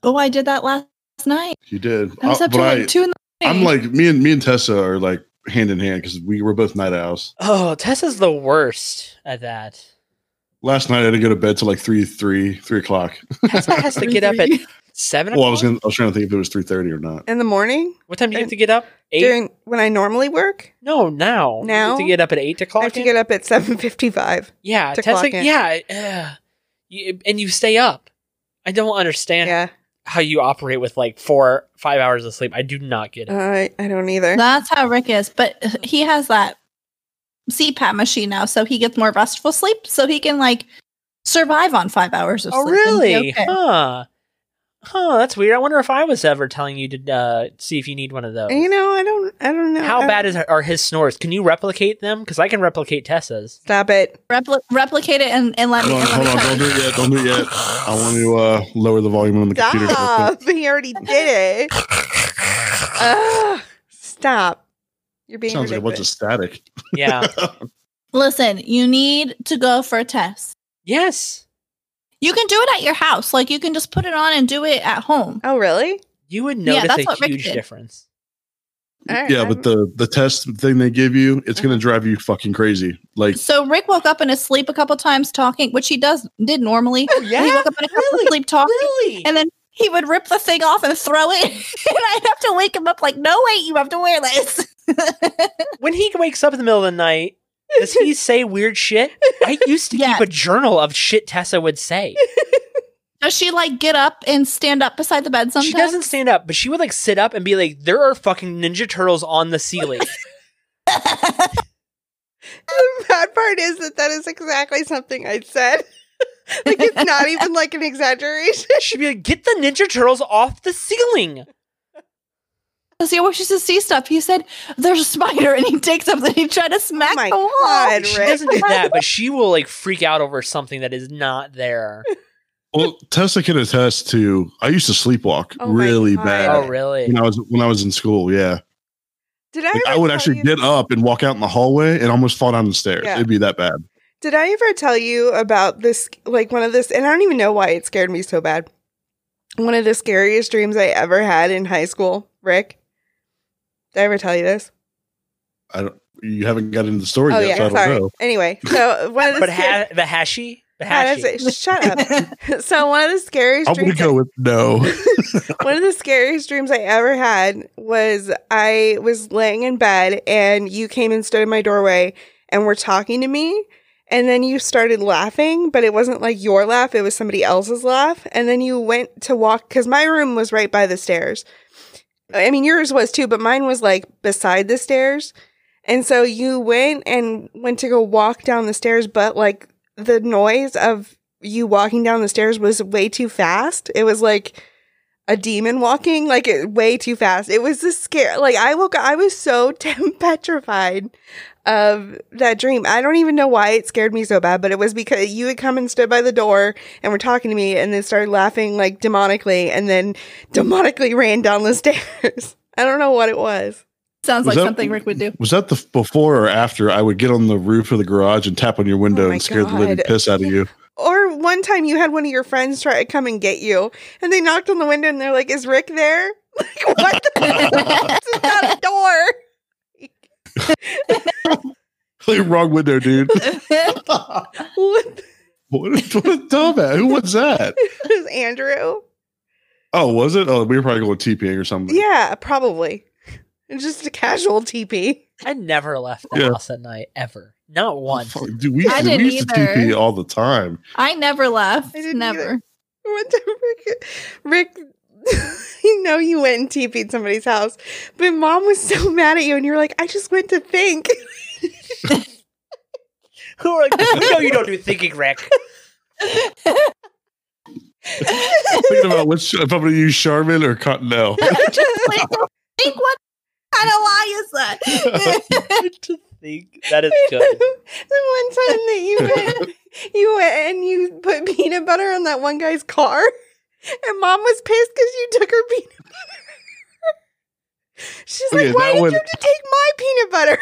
[SPEAKER 4] oh, I did that last night.
[SPEAKER 2] You did.
[SPEAKER 4] I was
[SPEAKER 2] Uh,
[SPEAKER 4] up till like two in the
[SPEAKER 2] I'm
[SPEAKER 4] morning.
[SPEAKER 2] like me and me and Tessa are like hand in hand because we were both night owls.
[SPEAKER 1] Oh, Tessa's the worst at that.
[SPEAKER 2] Last night I didn't go to bed till like three, three, three o'clock.
[SPEAKER 1] Tessa has to get up at seven.
[SPEAKER 2] Well, I was
[SPEAKER 1] o'clock?
[SPEAKER 2] gonna, I was trying to think if it was three thirty or not.
[SPEAKER 3] In the morning?
[SPEAKER 1] What time do you have to get up? Eight.
[SPEAKER 3] During when I normally work?
[SPEAKER 1] no, now. You have
[SPEAKER 3] Now?
[SPEAKER 1] to get up at eight o'clock.
[SPEAKER 3] I have to get up at seven fifty five.
[SPEAKER 1] yeah,
[SPEAKER 3] to
[SPEAKER 1] Tessa.
[SPEAKER 3] clock in.
[SPEAKER 1] Yeah, uh, you, and you stay up. I don't understand
[SPEAKER 3] Yeah.
[SPEAKER 1] how you operate with like four, five hours of sleep. I do not get it.
[SPEAKER 3] I uh, I don't either.
[SPEAKER 4] That's how Rick is. But he has that CPAP machine now, so he gets more restful sleep, so he can like survive on five hours of
[SPEAKER 1] oh,
[SPEAKER 4] sleep. and be
[SPEAKER 1] really?
[SPEAKER 4] okay.
[SPEAKER 1] Huh. Huh. That's weird. I wonder if I was ever telling you to uh, see if you need one of those.
[SPEAKER 3] You know, I don't I don't know.
[SPEAKER 1] How
[SPEAKER 3] I-
[SPEAKER 1] bad is are his snores? Can you replicate them? Because I can replicate Tessa's.
[SPEAKER 3] Stop it.
[SPEAKER 4] Repli- replicate it and, and let
[SPEAKER 2] Hold
[SPEAKER 4] me.
[SPEAKER 2] on,
[SPEAKER 4] and let
[SPEAKER 2] hold on,
[SPEAKER 4] me tell
[SPEAKER 2] don't
[SPEAKER 4] you.
[SPEAKER 2] do it yet. Don't do it yet. I want to uh, lower the volume on the computer. real quick.
[SPEAKER 3] Stop. He already did it. Ugh. stop. You're being
[SPEAKER 2] Sounds like a bunch of
[SPEAKER 3] ridiculous.
[SPEAKER 2] static.
[SPEAKER 1] Yeah.
[SPEAKER 4] Listen, you need to go for a test.
[SPEAKER 1] yes.
[SPEAKER 4] You can do it at your house. Like you can just put it on and do it at home.
[SPEAKER 3] Oh really?
[SPEAKER 1] You would
[SPEAKER 4] Yeah,
[SPEAKER 1] notice
[SPEAKER 4] that's what
[SPEAKER 1] a
[SPEAKER 4] Rick
[SPEAKER 1] huge
[SPEAKER 4] did.
[SPEAKER 1] difference.
[SPEAKER 3] All right,
[SPEAKER 2] yeah,
[SPEAKER 3] I'm-
[SPEAKER 2] but the the test thing they give you, it's gonna drive you fucking crazy. Like
[SPEAKER 4] So Rick woke up in his sleep a couple times talking, which he does did normally.
[SPEAKER 1] Oh,
[SPEAKER 4] And he woke up in a couple
[SPEAKER 1] Really?
[SPEAKER 4] sleep talking,
[SPEAKER 1] Really?
[SPEAKER 4] and then he would rip the thing off and throw it, and I'd have to wake him up like, "No, wait, you have to wear this."
[SPEAKER 1] when he wakes up in the middle of the night, does he say weird shit? I used to
[SPEAKER 4] Yeah.
[SPEAKER 1] keep a journal of shit Tessa would say.
[SPEAKER 4] Does she like get up and stand up beside the bed sometimes?
[SPEAKER 1] She doesn't stand up, but she would like sit up and be like, "There are fucking Ninja Turtles on the ceiling."
[SPEAKER 3] the bad part is that that is exactly something I said. like it's not even like an exaggeration.
[SPEAKER 1] She'd be like, "Get the Ninja Turtles off the ceiling."
[SPEAKER 4] Because he wishes to see stuff. He said, "There's a spider," and he takes up and he tried to smack
[SPEAKER 3] my
[SPEAKER 4] the wall.
[SPEAKER 3] God.
[SPEAKER 1] She
[SPEAKER 3] Rick.
[SPEAKER 1] doesn't do that, but she will like freak out over something that is not there.
[SPEAKER 2] well, Tessa can attest to I used to sleepwalk
[SPEAKER 3] Oh my
[SPEAKER 2] really
[SPEAKER 3] God.
[SPEAKER 2] bad.
[SPEAKER 1] Oh, really?
[SPEAKER 2] When I was when I was in school, yeah.
[SPEAKER 3] Did I?
[SPEAKER 2] Like,
[SPEAKER 3] ever
[SPEAKER 2] I would
[SPEAKER 3] tell
[SPEAKER 2] actually
[SPEAKER 3] you-
[SPEAKER 2] get up and walk out in the hallway and almost fall down the stairs.
[SPEAKER 3] Yeah.
[SPEAKER 2] It'd be that bad.
[SPEAKER 3] Did I ever tell you about this? Like one of this, and I don't even know why it scared me so bad. One of the scariest dreams I ever had in high school, Rick. Did I ever tell you this?
[SPEAKER 2] I don't you haven't got into the story
[SPEAKER 3] oh
[SPEAKER 2] yet, so I
[SPEAKER 3] yeah,
[SPEAKER 2] don't
[SPEAKER 3] sorry.
[SPEAKER 2] know.
[SPEAKER 3] Anyway, so one of the
[SPEAKER 1] But
[SPEAKER 3] scar-
[SPEAKER 1] ha- the hashi, the
[SPEAKER 3] How does
[SPEAKER 1] hashi.
[SPEAKER 3] it- shut up. So one of the scariest
[SPEAKER 2] I'm gonna
[SPEAKER 3] dreams I
[SPEAKER 2] go with no.
[SPEAKER 3] One of the scariest dreams I ever had was I was laying in bed and you came and stood in my doorway and were talking to me. And then you started laughing, but it wasn't like your laugh, it was somebody else's laugh. And then you went to walk because my room was right by the stairs. I mean, yours was too, but mine was like beside the stairs. And so you went and went to go walk down the stairs, but like the noise of you walking down the stairs was way too fast. It was like a demon walking, like it, way too fast. It was the scare. Like I woke up, I was so damn petrified of that dream. I don't even know why it scared me so bad, but it was because you had come and stood by the door and were talking to me and then started laughing like demonically and then demonically ran down the stairs. I don't know what it was.
[SPEAKER 4] Sounds
[SPEAKER 2] Was
[SPEAKER 4] like
[SPEAKER 2] that-
[SPEAKER 4] something Rick would do.
[SPEAKER 2] Was that the f- before or after I would get on the roof of the garage and tap on your window
[SPEAKER 3] Oh my
[SPEAKER 2] and scare the living
[SPEAKER 3] God.
[SPEAKER 2] piss out of you?
[SPEAKER 3] Or one time you had one of your friends try to come and get you, and they knocked on the window and they're like, "Is Rick there?" Like what? The- it's not a door.
[SPEAKER 2] Like, wrong window, dude.
[SPEAKER 4] That's
[SPEAKER 2] what,
[SPEAKER 3] What?
[SPEAKER 2] a- what a dumbass. Who was that?
[SPEAKER 3] It was Andrew.
[SPEAKER 2] Oh, was it? Oh, we were probably going TPA or something.
[SPEAKER 3] Yeah, probably. It's Just a casual TP.
[SPEAKER 1] I never left the
[SPEAKER 2] Yeah. Oh,
[SPEAKER 1] house at night ever, not once.
[SPEAKER 2] Fuck, Dude, we,
[SPEAKER 4] I
[SPEAKER 2] used to- we
[SPEAKER 4] didn't
[SPEAKER 2] used to
[SPEAKER 4] either.
[SPEAKER 2] TP all the time.
[SPEAKER 4] I never left.
[SPEAKER 3] I didn't
[SPEAKER 4] never.
[SPEAKER 3] either. One time, Rick, Rick you know you went and TP'd somebody's house, but mom was so mad at you, and you're like, I just went to think.
[SPEAKER 1] Who are like, we know you don't do thinking, Rick.
[SPEAKER 2] Thinking about which if I'm gonna use Charmin or Cottonelle.
[SPEAKER 4] Just like, think what kind of lie is that?
[SPEAKER 1] to think that is good.
[SPEAKER 3] the one time that you went, you went and you put peanut butter on that one guy's car, and mom was pissed because you took her peanut butter. She's
[SPEAKER 2] Okay,
[SPEAKER 3] like, "Why
[SPEAKER 2] that
[SPEAKER 3] did
[SPEAKER 2] one-
[SPEAKER 3] you have to take my peanut butter?"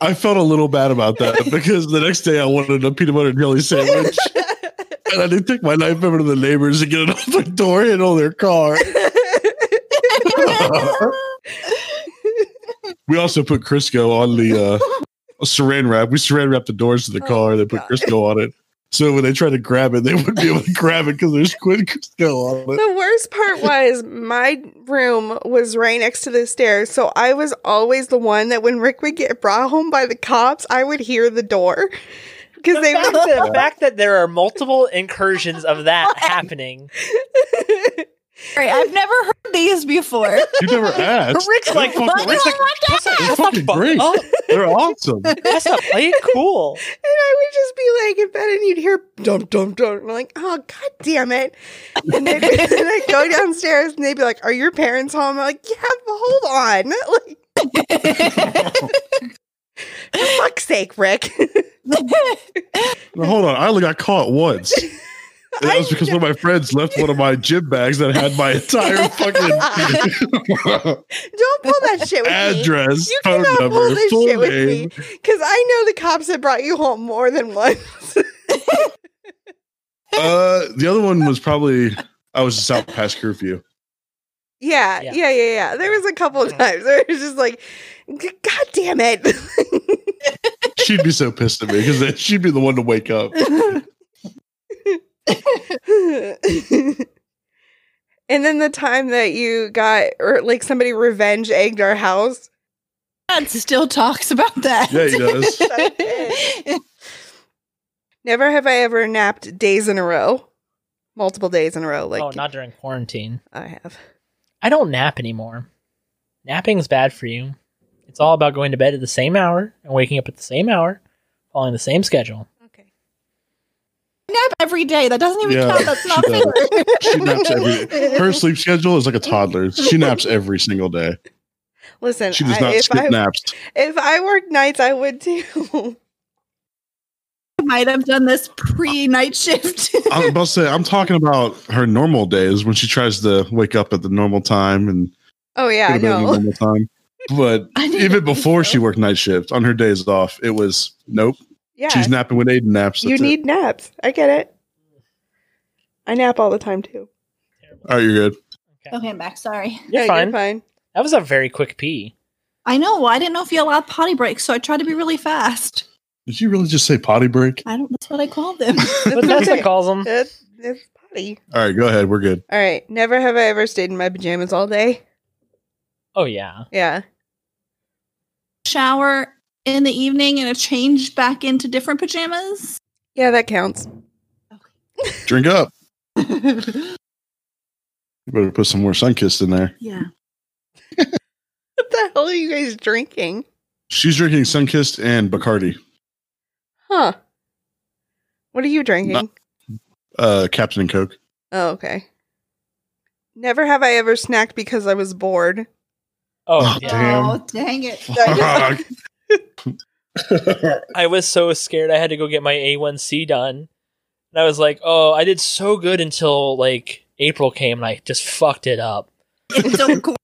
[SPEAKER 2] I felt a little bad about that because the next day I wanted a peanut butter and jelly sandwich. And I didn't take my knife over to the neighbors and get it off their door and on their car. Uh-huh. we also put Crisco on the uh, saran wrap. We saran wrapped the doors to the
[SPEAKER 3] Oh
[SPEAKER 2] car.
[SPEAKER 3] my
[SPEAKER 2] They put
[SPEAKER 3] God.
[SPEAKER 2] Crisco on it. So when they tried to grab it, they wouldn't be able to grab it because there's squid Crisco on it.
[SPEAKER 3] the worst part was my room was right next to the stairs, so I was always the one that when Rick would get brought home by the cops, I would hear the door because
[SPEAKER 1] The
[SPEAKER 3] they
[SPEAKER 1] fact,
[SPEAKER 3] would.
[SPEAKER 1] the fact that there are multiple incursions of that happening.
[SPEAKER 4] Great, I've never heard these before.
[SPEAKER 2] You never asked.
[SPEAKER 1] Rick's like,
[SPEAKER 2] Fucking
[SPEAKER 1] Rick's like, that's not,
[SPEAKER 2] They're
[SPEAKER 1] that's not
[SPEAKER 2] fucking
[SPEAKER 1] fucked
[SPEAKER 2] great.
[SPEAKER 3] Oh.
[SPEAKER 1] up.
[SPEAKER 2] They're awesome.
[SPEAKER 1] That's not played cool.
[SPEAKER 3] And I would just be like in bed, and you'd hear dump, dump, dump. And I'm like, oh god damn it! And then I go downstairs, and they'd be like, "Are your parents home?" I'm like, "Yeah, but hold on, like for fuck's sake, Rick."
[SPEAKER 2] Now, hold on. I only got caught once. And that was because one of my friends left one of my gym bags that had my entire fucking
[SPEAKER 3] Don't pull that shit with me.
[SPEAKER 2] address,
[SPEAKER 3] You
[SPEAKER 2] phone
[SPEAKER 3] cannot
[SPEAKER 2] number,
[SPEAKER 3] pull this
[SPEAKER 2] full
[SPEAKER 3] shit with
[SPEAKER 2] name.
[SPEAKER 3] me because I know the cops have brought you home more than once.
[SPEAKER 2] Uh, the other one was probably I was just out past curfew.
[SPEAKER 3] yeah,
[SPEAKER 1] Yeah.
[SPEAKER 3] yeah, yeah, yeah, There was a couple of times where it was just like, "G- God damn it.
[SPEAKER 2] She'd be so pissed at me because she'd be the one to wake up.
[SPEAKER 3] and then the time that you got, or like somebody revenge egged our house.
[SPEAKER 4] Dad still talks about that.
[SPEAKER 2] Yeah, he does.
[SPEAKER 3] Never have I ever napped days in a row, multiple days in a row. Like
[SPEAKER 1] oh, not during quarantine.
[SPEAKER 3] I have.
[SPEAKER 1] I don't nap anymore. Napping's bad for you. It's all about going to bed at the same hour and waking up at the same hour, following the same schedule.
[SPEAKER 3] Okay.
[SPEAKER 4] Nap every day. That doesn't even
[SPEAKER 2] Yeah,
[SPEAKER 4] count. That's
[SPEAKER 2] she
[SPEAKER 4] not
[SPEAKER 2] does.
[SPEAKER 4] fair.
[SPEAKER 2] She naps every her sleep schedule is like a toddler. She naps every single day.
[SPEAKER 3] Listen,
[SPEAKER 2] She does
[SPEAKER 3] I-
[SPEAKER 2] not
[SPEAKER 3] if
[SPEAKER 2] skip
[SPEAKER 3] I
[SPEAKER 2] naps.
[SPEAKER 3] if I worked nights, I would too.
[SPEAKER 4] might have done this pre night shift.
[SPEAKER 2] I'm about to say I'm talking about her normal days when she tries to wake up at the normal time and
[SPEAKER 3] oh
[SPEAKER 2] go
[SPEAKER 3] yeah,
[SPEAKER 2] to bed at the
[SPEAKER 3] no.
[SPEAKER 2] normal time. But
[SPEAKER 4] I need to
[SPEAKER 2] even
[SPEAKER 4] think
[SPEAKER 2] before
[SPEAKER 4] so.
[SPEAKER 2] she worked night shift on her days off, it was nope.
[SPEAKER 3] Yeah,
[SPEAKER 2] She's napping when Aiden naps.
[SPEAKER 3] you
[SPEAKER 2] That's it.
[SPEAKER 3] need naps. I get it. I nap all the time too.
[SPEAKER 1] Terrible.
[SPEAKER 2] All right, you're good.
[SPEAKER 4] Okay, I'm back. Sorry.
[SPEAKER 1] You're
[SPEAKER 3] Yeah,
[SPEAKER 1] fine.
[SPEAKER 3] You're fine.
[SPEAKER 1] That was a very quick pee.
[SPEAKER 4] I know. I didn't know if you allowed potty breaks, so I tried to be really fast.
[SPEAKER 2] Did you really just say potty break?
[SPEAKER 4] I don't. That's what I called them.
[SPEAKER 1] But that's what calls them.
[SPEAKER 3] That's, that's potty.
[SPEAKER 2] All right, go ahead. We're good.
[SPEAKER 3] All right. Never have I ever stayed in my pajamas all day.
[SPEAKER 1] Oh yeah.
[SPEAKER 3] Yeah.
[SPEAKER 4] Shower in the evening and a change back into different pajamas.
[SPEAKER 3] Yeah, that counts.
[SPEAKER 2] Drink up.
[SPEAKER 4] Okay.
[SPEAKER 2] You better put some more Sunkist in there.
[SPEAKER 4] yeah.
[SPEAKER 3] What the hell are you guys drinking?
[SPEAKER 2] She's drinking Sunkist and Bacardi.
[SPEAKER 3] Huh. What are you drinking?
[SPEAKER 2] Not- Uh, Captain and Coke.
[SPEAKER 3] oh, okay. Never have I ever snacked because I was bored.
[SPEAKER 1] Oh
[SPEAKER 2] Oh,
[SPEAKER 1] yeah.
[SPEAKER 2] Damn.
[SPEAKER 4] Oh dang it!
[SPEAKER 2] Fuck.
[SPEAKER 1] I was so scared I had to go get my A1C done. And I was like, oh, I did so good until like April came and I just fucked it up.
[SPEAKER 4] It's so cool.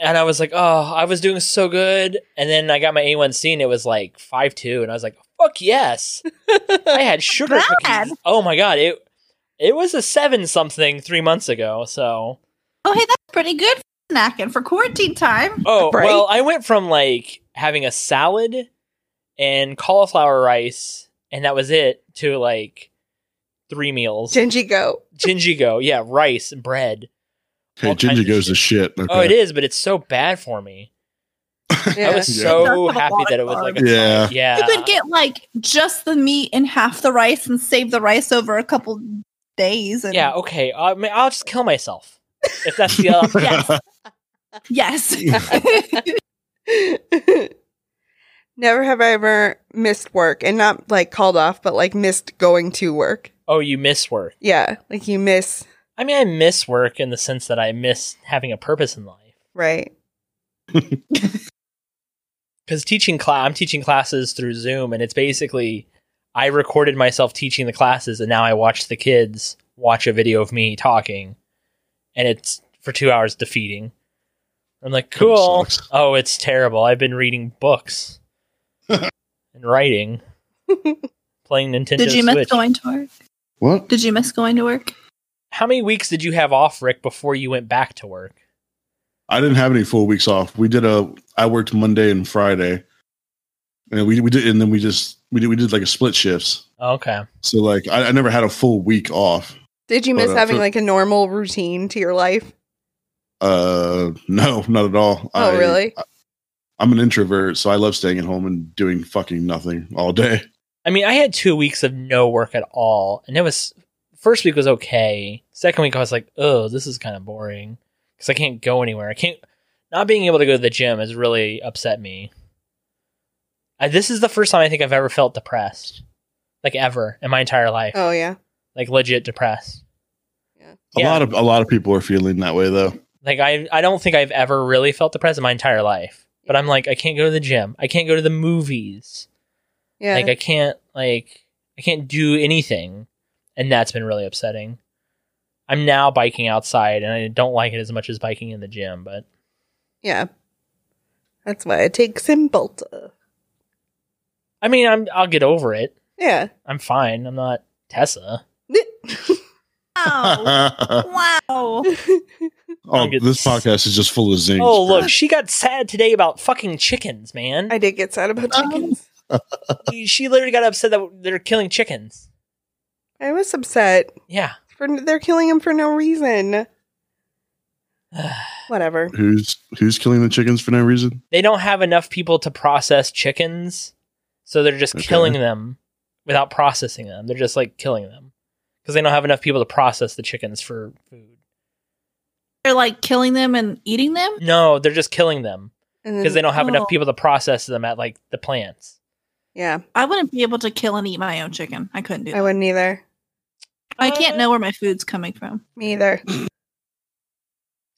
[SPEAKER 1] And I was like, oh, I was doing so good. And then I got my A1C and it was like 5.2. And I was like, fuck yes. I had sugar
[SPEAKER 4] Bad.
[SPEAKER 1] cookies. Oh my God. It it was a seven something three months ago. So,
[SPEAKER 4] Oh hey, that's pretty good for snacking for quarantine time.
[SPEAKER 1] oh,
[SPEAKER 3] Right.
[SPEAKER 1] well, I went from like having a salad and cauliflower rice and that was it to like three meals.
[SPEAKER 3] Gingy go.
[SPEAKER 1] Gingigo, yeah, rice, bread.
[SPEAKER 2] hey,
[SPEAKER 1] All kinds
[SPEAKER 2] Ginger
[SPEAKER 1] of
[SPEAKER 2] goes to shit.
[SPEAKER 1] Oh, it is, but it's so bad for me. I
[SPEAKER 3] Yeah.
[SPEAKER 1] was
[SPEAKER 2] Yeah.
[SPEAKER 1] so
[SPEAKER 4] That's a
[SPEAKER 1] happy
[SPEAKER 4] lot
[SPEAKER 1] that it
[SPEAKER 4] of
[SPEAKER 1] was like a
[SPEAKER 2] carbs. Yeah.
[SPEAKER 1] diet. yeah.
[SPEAKER 4] You could get like just the meat and half the rice, and save the rice over a couple days. And
[SPEAKER 1] yeah, okay. I mean, I'll just kill myself if that's the uh,
[SPEAKER 4] Yes. yes.
[SPEAKER 3] Never have I ever missed work and not like called off, but like missed going to work.
[SPEAKER 1] oh, you miss work.
[SPEAKER 3] Yeah, like you miss
[SPEAKER 1] I mean, I miss work in the sense that I miss having a purpose in life.
[SPEAKER 3] right.
[SPEAKER 1] Because teaching class, I'm teaching classes through Zoom, and it's basically I recorded myself teaching the classes, and now I watch the kids watch a video of me talking, and it's for two hours defeating. I'm like,
[SPEAKER 2] Kinda
[SPEAKER 1] cool.
[SPEAKER 2] sucks.
[SPEAKER 1] Oh, it's terrible. I've been reading books and writing, playing Nintendo.
[SPEAKER 4] Did you miss
[SPEAKER 1] Switch.
[SPEAKER 4] going to work?
[SPEAKER 2] What?
[SPEAKER 4] Did you miss going to work?
[SPEAKER 1] How many weeks did you have off, Rick, before you went back to work?
[SPEAKER 2] I didn't have any full weeks off. We did a. I worked Monday and Friday, and we we did, and then we just we did we did like a split shifts.
[SPEAKER 1] Okay.
[SPEAKER 2] So like I, I never had a full week off.
[SPEAKER 3] Did
[SPEAKER 1] Oh,
[SPEAKER 3] you miss
[SPEAKER 2] But, uh,
[SPEAKER 3] having
[SPEAKER 2] for-
[SPEAKER 3] like a normal routine to your life?
[SPEAKER 2] Uh, no, not at all.
[SPEAKER 3] Oh,
[SPEAKER 2] I-
[SPEAKER 3] really?
[SPEAKER 2] I, I'm an introvert, so I love staying at home and doing fucking nothing all day.
[SPEAKER 1] I mean, I had two weeks of no work at all, and it was first week was okay. Second week, I was like, oh, this is kind of boring because I can't go anywhere. I can't not being able to go to the gym has really upset me. I, this is the first time I think I've ever felt depressed, like ever in my entire life,
[SPEAKER 3] Oh yeah.
[SPEAKER 1] like legit depressed.
[SPEAKER 2] A
[SPEAKER 1] Yeah.
[SPEAKER 2] lot of a lot of people are feeling that way though.
[SPEAKER 1] Like I, I don't think I've ever really felt depressed in my entire life. But I'm like, I can't go to the gym. I can't go to the movies.
[SPEAKER 3] Yeah.
[SPEAKER 1] Like I can't like I can't do anything, and that's been really upsetting. I'm now biking outside, and I don't like it as much as biking in the gym. But
[SPEAKER 3] yeah. That's why I take Cymbalta.
[SPEAKER 1] I mean, I'm I'll get over it.
[SPEAKER 3] Yeah.
[SPEAKER 1] I'm fine. I'm not Tessa.
[SPEAKER 4] Wow. wow.
[SPEAKER 2] oh, this podcast is just full of zings.
[SPEAKER 1] Oh
[SPEAKER 2] bro.
[SPEAKER 1] look, she got sad today about fucking chickens, man.
[SPEAKER 3] I did get sad about
[SPEAKER 4] Um,
[SPEAKER 3] chickens.
[SPEAKER 1] she literally got upset that they're killing chickens.
[SPEAKER 3] I was upset.
[SPEAKER 1] Yeah.
[SPEAKER 3] For, they're killing him for no reason. Whatever.
[SPEAKER 2] Who's who's killing the chickens for no reason?
[SPEAKER 1] they don't have enough people to process chickens, so they're just
[SPEAKER 2] Okay.
[SPEAKER 1] killing them without processing them. They're just like killing them because they don't have enough people to process the chickens for food.
[SPEAKER 4] They're like killing them and eating them?
[SPEAKER 1] No, they're just killing them
[SPEAKER 3] And
[SPEAKER 1] because they don't have
[SPEAKER 4] Oh.
[SPEAKER 1] enough people to process them at like the plants.
[SPEAKER 3] yeah,
[SPEAKER 4] I wouldn't be able to kill and eat my own chicken. I couldn't do
[SPEAKER 3] I
[SPEAKER 4] that.
[SPEAKER 3] wouldn't either.
[SPEAKER 4] I can't know where my food's coming from.
[SPEAKER 3] Me either.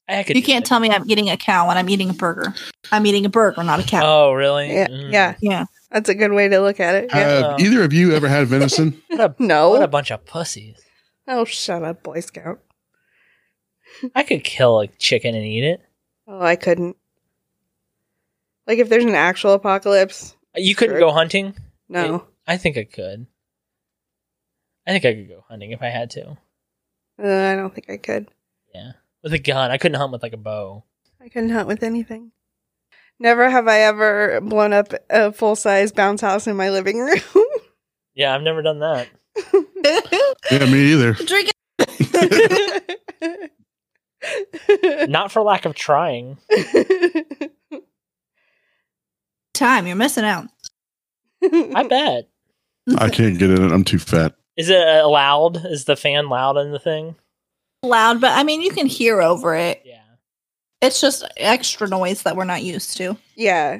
[SPEAKER 1] I could
[SPEAKER 4] You
[SPEAKER 1] do
[SPEAKER 4] can't
[SPEAKER 1] that.
[SPEAKER 4] tell me I'm eating a cow when I'm eating a burger. I'm eating a burger, not a cow.
[SPEAKER 1] Oh, really?
[SPEAKER 3] Yeah,
[SPEAKER 1] Mm.
[SPEAKER 3] yeah.
[SPEAKER 4] Yeah.
[SPEAKER 3] That's a good way to look at it. Yeah.
[SPEAKER 2] Have either of you ever had venison?
[SPEAKER 1] What a what a
[SPEAKER 3] no.
[SPEAKER 1] bunch of pussies.
[SPEAKER 3] Oh, shut up, Boy Scout.
[SPEAKER 1] I could kill a chicken and eat it.
[SPEAKER 3] Oh, I couldn't. Like, if there's an actual apocalypse,
[SPEAKER 1] You couldn't
[SPEAKER 3] Sure.
[SPEAKER 1] go hunting.
[SPEAKER 3] no.
[SPEAKER 1] I think I could. I think I could go hunting if I had to.
[SPEAKER 3] Uh, I don't think I could.
[SPEAKER 1] Yeah, with a gun. I couldn't hunt with like a bow.
[SPEAKER 3] I couldn't hunt with anything. Never have I ever blown up a full size bounce house in my living room.
[SPEAKER 1] Yeah, I've never done that.
[SPEAKER 2] Yeah, me either.
[SPEAKER 4] Drink it.
[SPEAKER 1] Not for lack of trying.
[SPEAKER 4] Time. You're missing out.
[SPEAKER 1] I bet.
[SPEAKER 2] I can't get in it. I'm too fat.
[SPEAKER 1] Is it uh, loud? Is the fan loud in the thing?
[SPEAKER 4] Loud, but I mean, you can hear over it.
[SPEAKER 1] Yeah.
[SPEAKER 4] It's just extra noise that we're not used to.
[SPEAKER 3] yeah.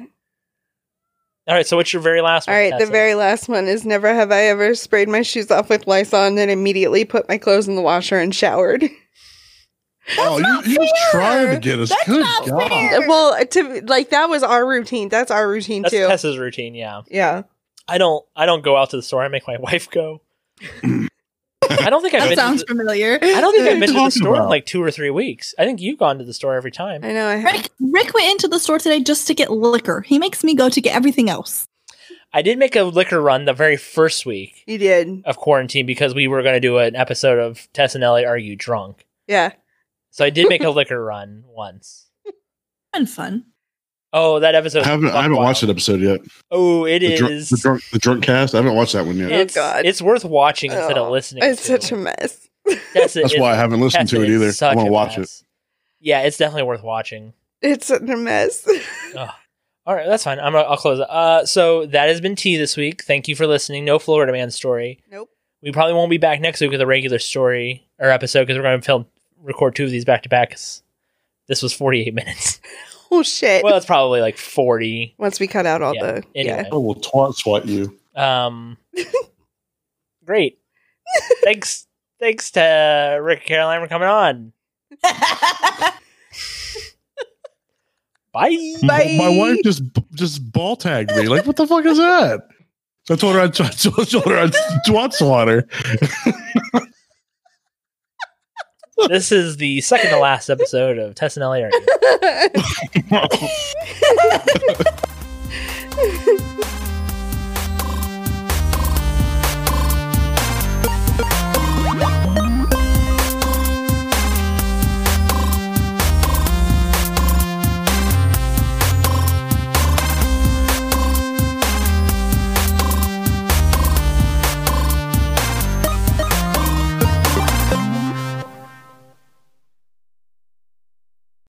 [SPEAKER 1] All right. So what's your very last
[SPEAKER 3] All
[SPEAKER 1] one?
[SPEAKER 3] right, the
[SPEAKER 1] Tessa?
[SPEAKER 3] very last one is never have I ever sprayed my shoes off with Lysol and then immediately put my clothes in the washer and showered.
[SPEAKER 2] oh,
[SPEAKER 4] not
[SPEAKER 2] you, you was
[SPEAKER 4] fair.
[SPEAKER 2] trying to get us.
[SPEAKER 4] That's
[SPEAKER 2] Good
[SPEAKER 4] not
[SPEAKER 2] God.
[SPEAKER 4] fair.
[SPEAKER 3] well, to like that was our routine. That's our routine
[SPEAKER 1] that's
[SPEAKER 3] too.
[SPEAKER 1] Tessa's routine. Yeah.
[SPEAKER 3] Yeah.
[SPEAKER 1] I don't. I don't go out to the store. I make my wife go. I don't think I've
[SPEAKER 4] That
[SPEAKER 1] been.
[SPEAKER 4] sounds
[SPEAKER 1] To the,
[SPEAKER 4] familiar.
[SPEAKER 1] I don't think I've been to the
[SPEAKER 2] talking
[SPEAKER 1] store in
[SPEAKER 2] about?
[SPEAKER 1] like two or three weeks. I think you've gone to the store every time.
[SPEAKER 3] I know I have
[SPEAKER 4] Rick, Rick went into the store today just to get liquor. He makes me go to get everything else.
[SPEAKER 1] I did make a liquor run the very first week
[SPEAKER 3] you did.
[SPEAKER 1] of quarantine because we were going to do an episode of Tess and Ellie Are You Drunk?
[SPEAKER 3] Yeah.
[SPEAKER 1] So I did make a liquor run once.
[SPEAKER 4] Been fun.
[SPEAKER 1] Oh, that episode.
[SPEAKER 2] I haven't, I haven't watched that episode yet.
[SPEAKER 1] Oh, it
[SPEAKER 2] The,
[SPEAKER 1] is.
[SPEAKER 2] drunk, the drunk, the drunk cast. I haven't watched that one yet.
[SPEAKER 3] Yeah. Oh,
[SPEAKER 1] it's,
[SPEAKER 3] God.
[SPEAKER 1] it's worth watching instead
[SPEAKER 3] Oh,
[SPEAKER 1] of listening.
[SPEAKER 3] It's
[SPEAKER 1] to.
[SPEAKER 3] such a mess.
[SPEAKER 1] That's,
[SPEAKER 2] That's why I haven't listened to it either. I want to watch it.
[SPEAKER 1] Yeah, it's definitely worth watching.
[SPEAKER 3] It's such a mess.
[SPEAKER 1] All right, that's fine. I'm gonna, I'll close. it. Uh, so that has been tea this week. Thank you for listening. No Florida Man story.
[SPEAKER 3] Nope.
[SPEAKER 1] We probably won't be back next week with a regular story or episode because we're going to film record two of these back to back. 'cause This was 48 minutes.
[SPEAKER 3] oh shit.
[SPEAKER 1] well, it's probably like 40.
[SPEAKER 3] Once we cut out all
[SPEAKER 1] Yeah,
[SPEAKER 3] the yeah.
[SPEAKER 1] Anyway,
[SPEAKER 2] will twat swat you.
[SPEAKER 1] um, great. thanks, thanks to Rick and Caroline for coming on. Bye.
[SPEAKER 2] My, my wife just just ball tagged me. Like, what the fuck is that? So I told her I'd, I told her I'd twat swat her.
[SPEAKER 1] This is the second to last episode of Tess and LA Are You?
[SPEAKER 5] Bye.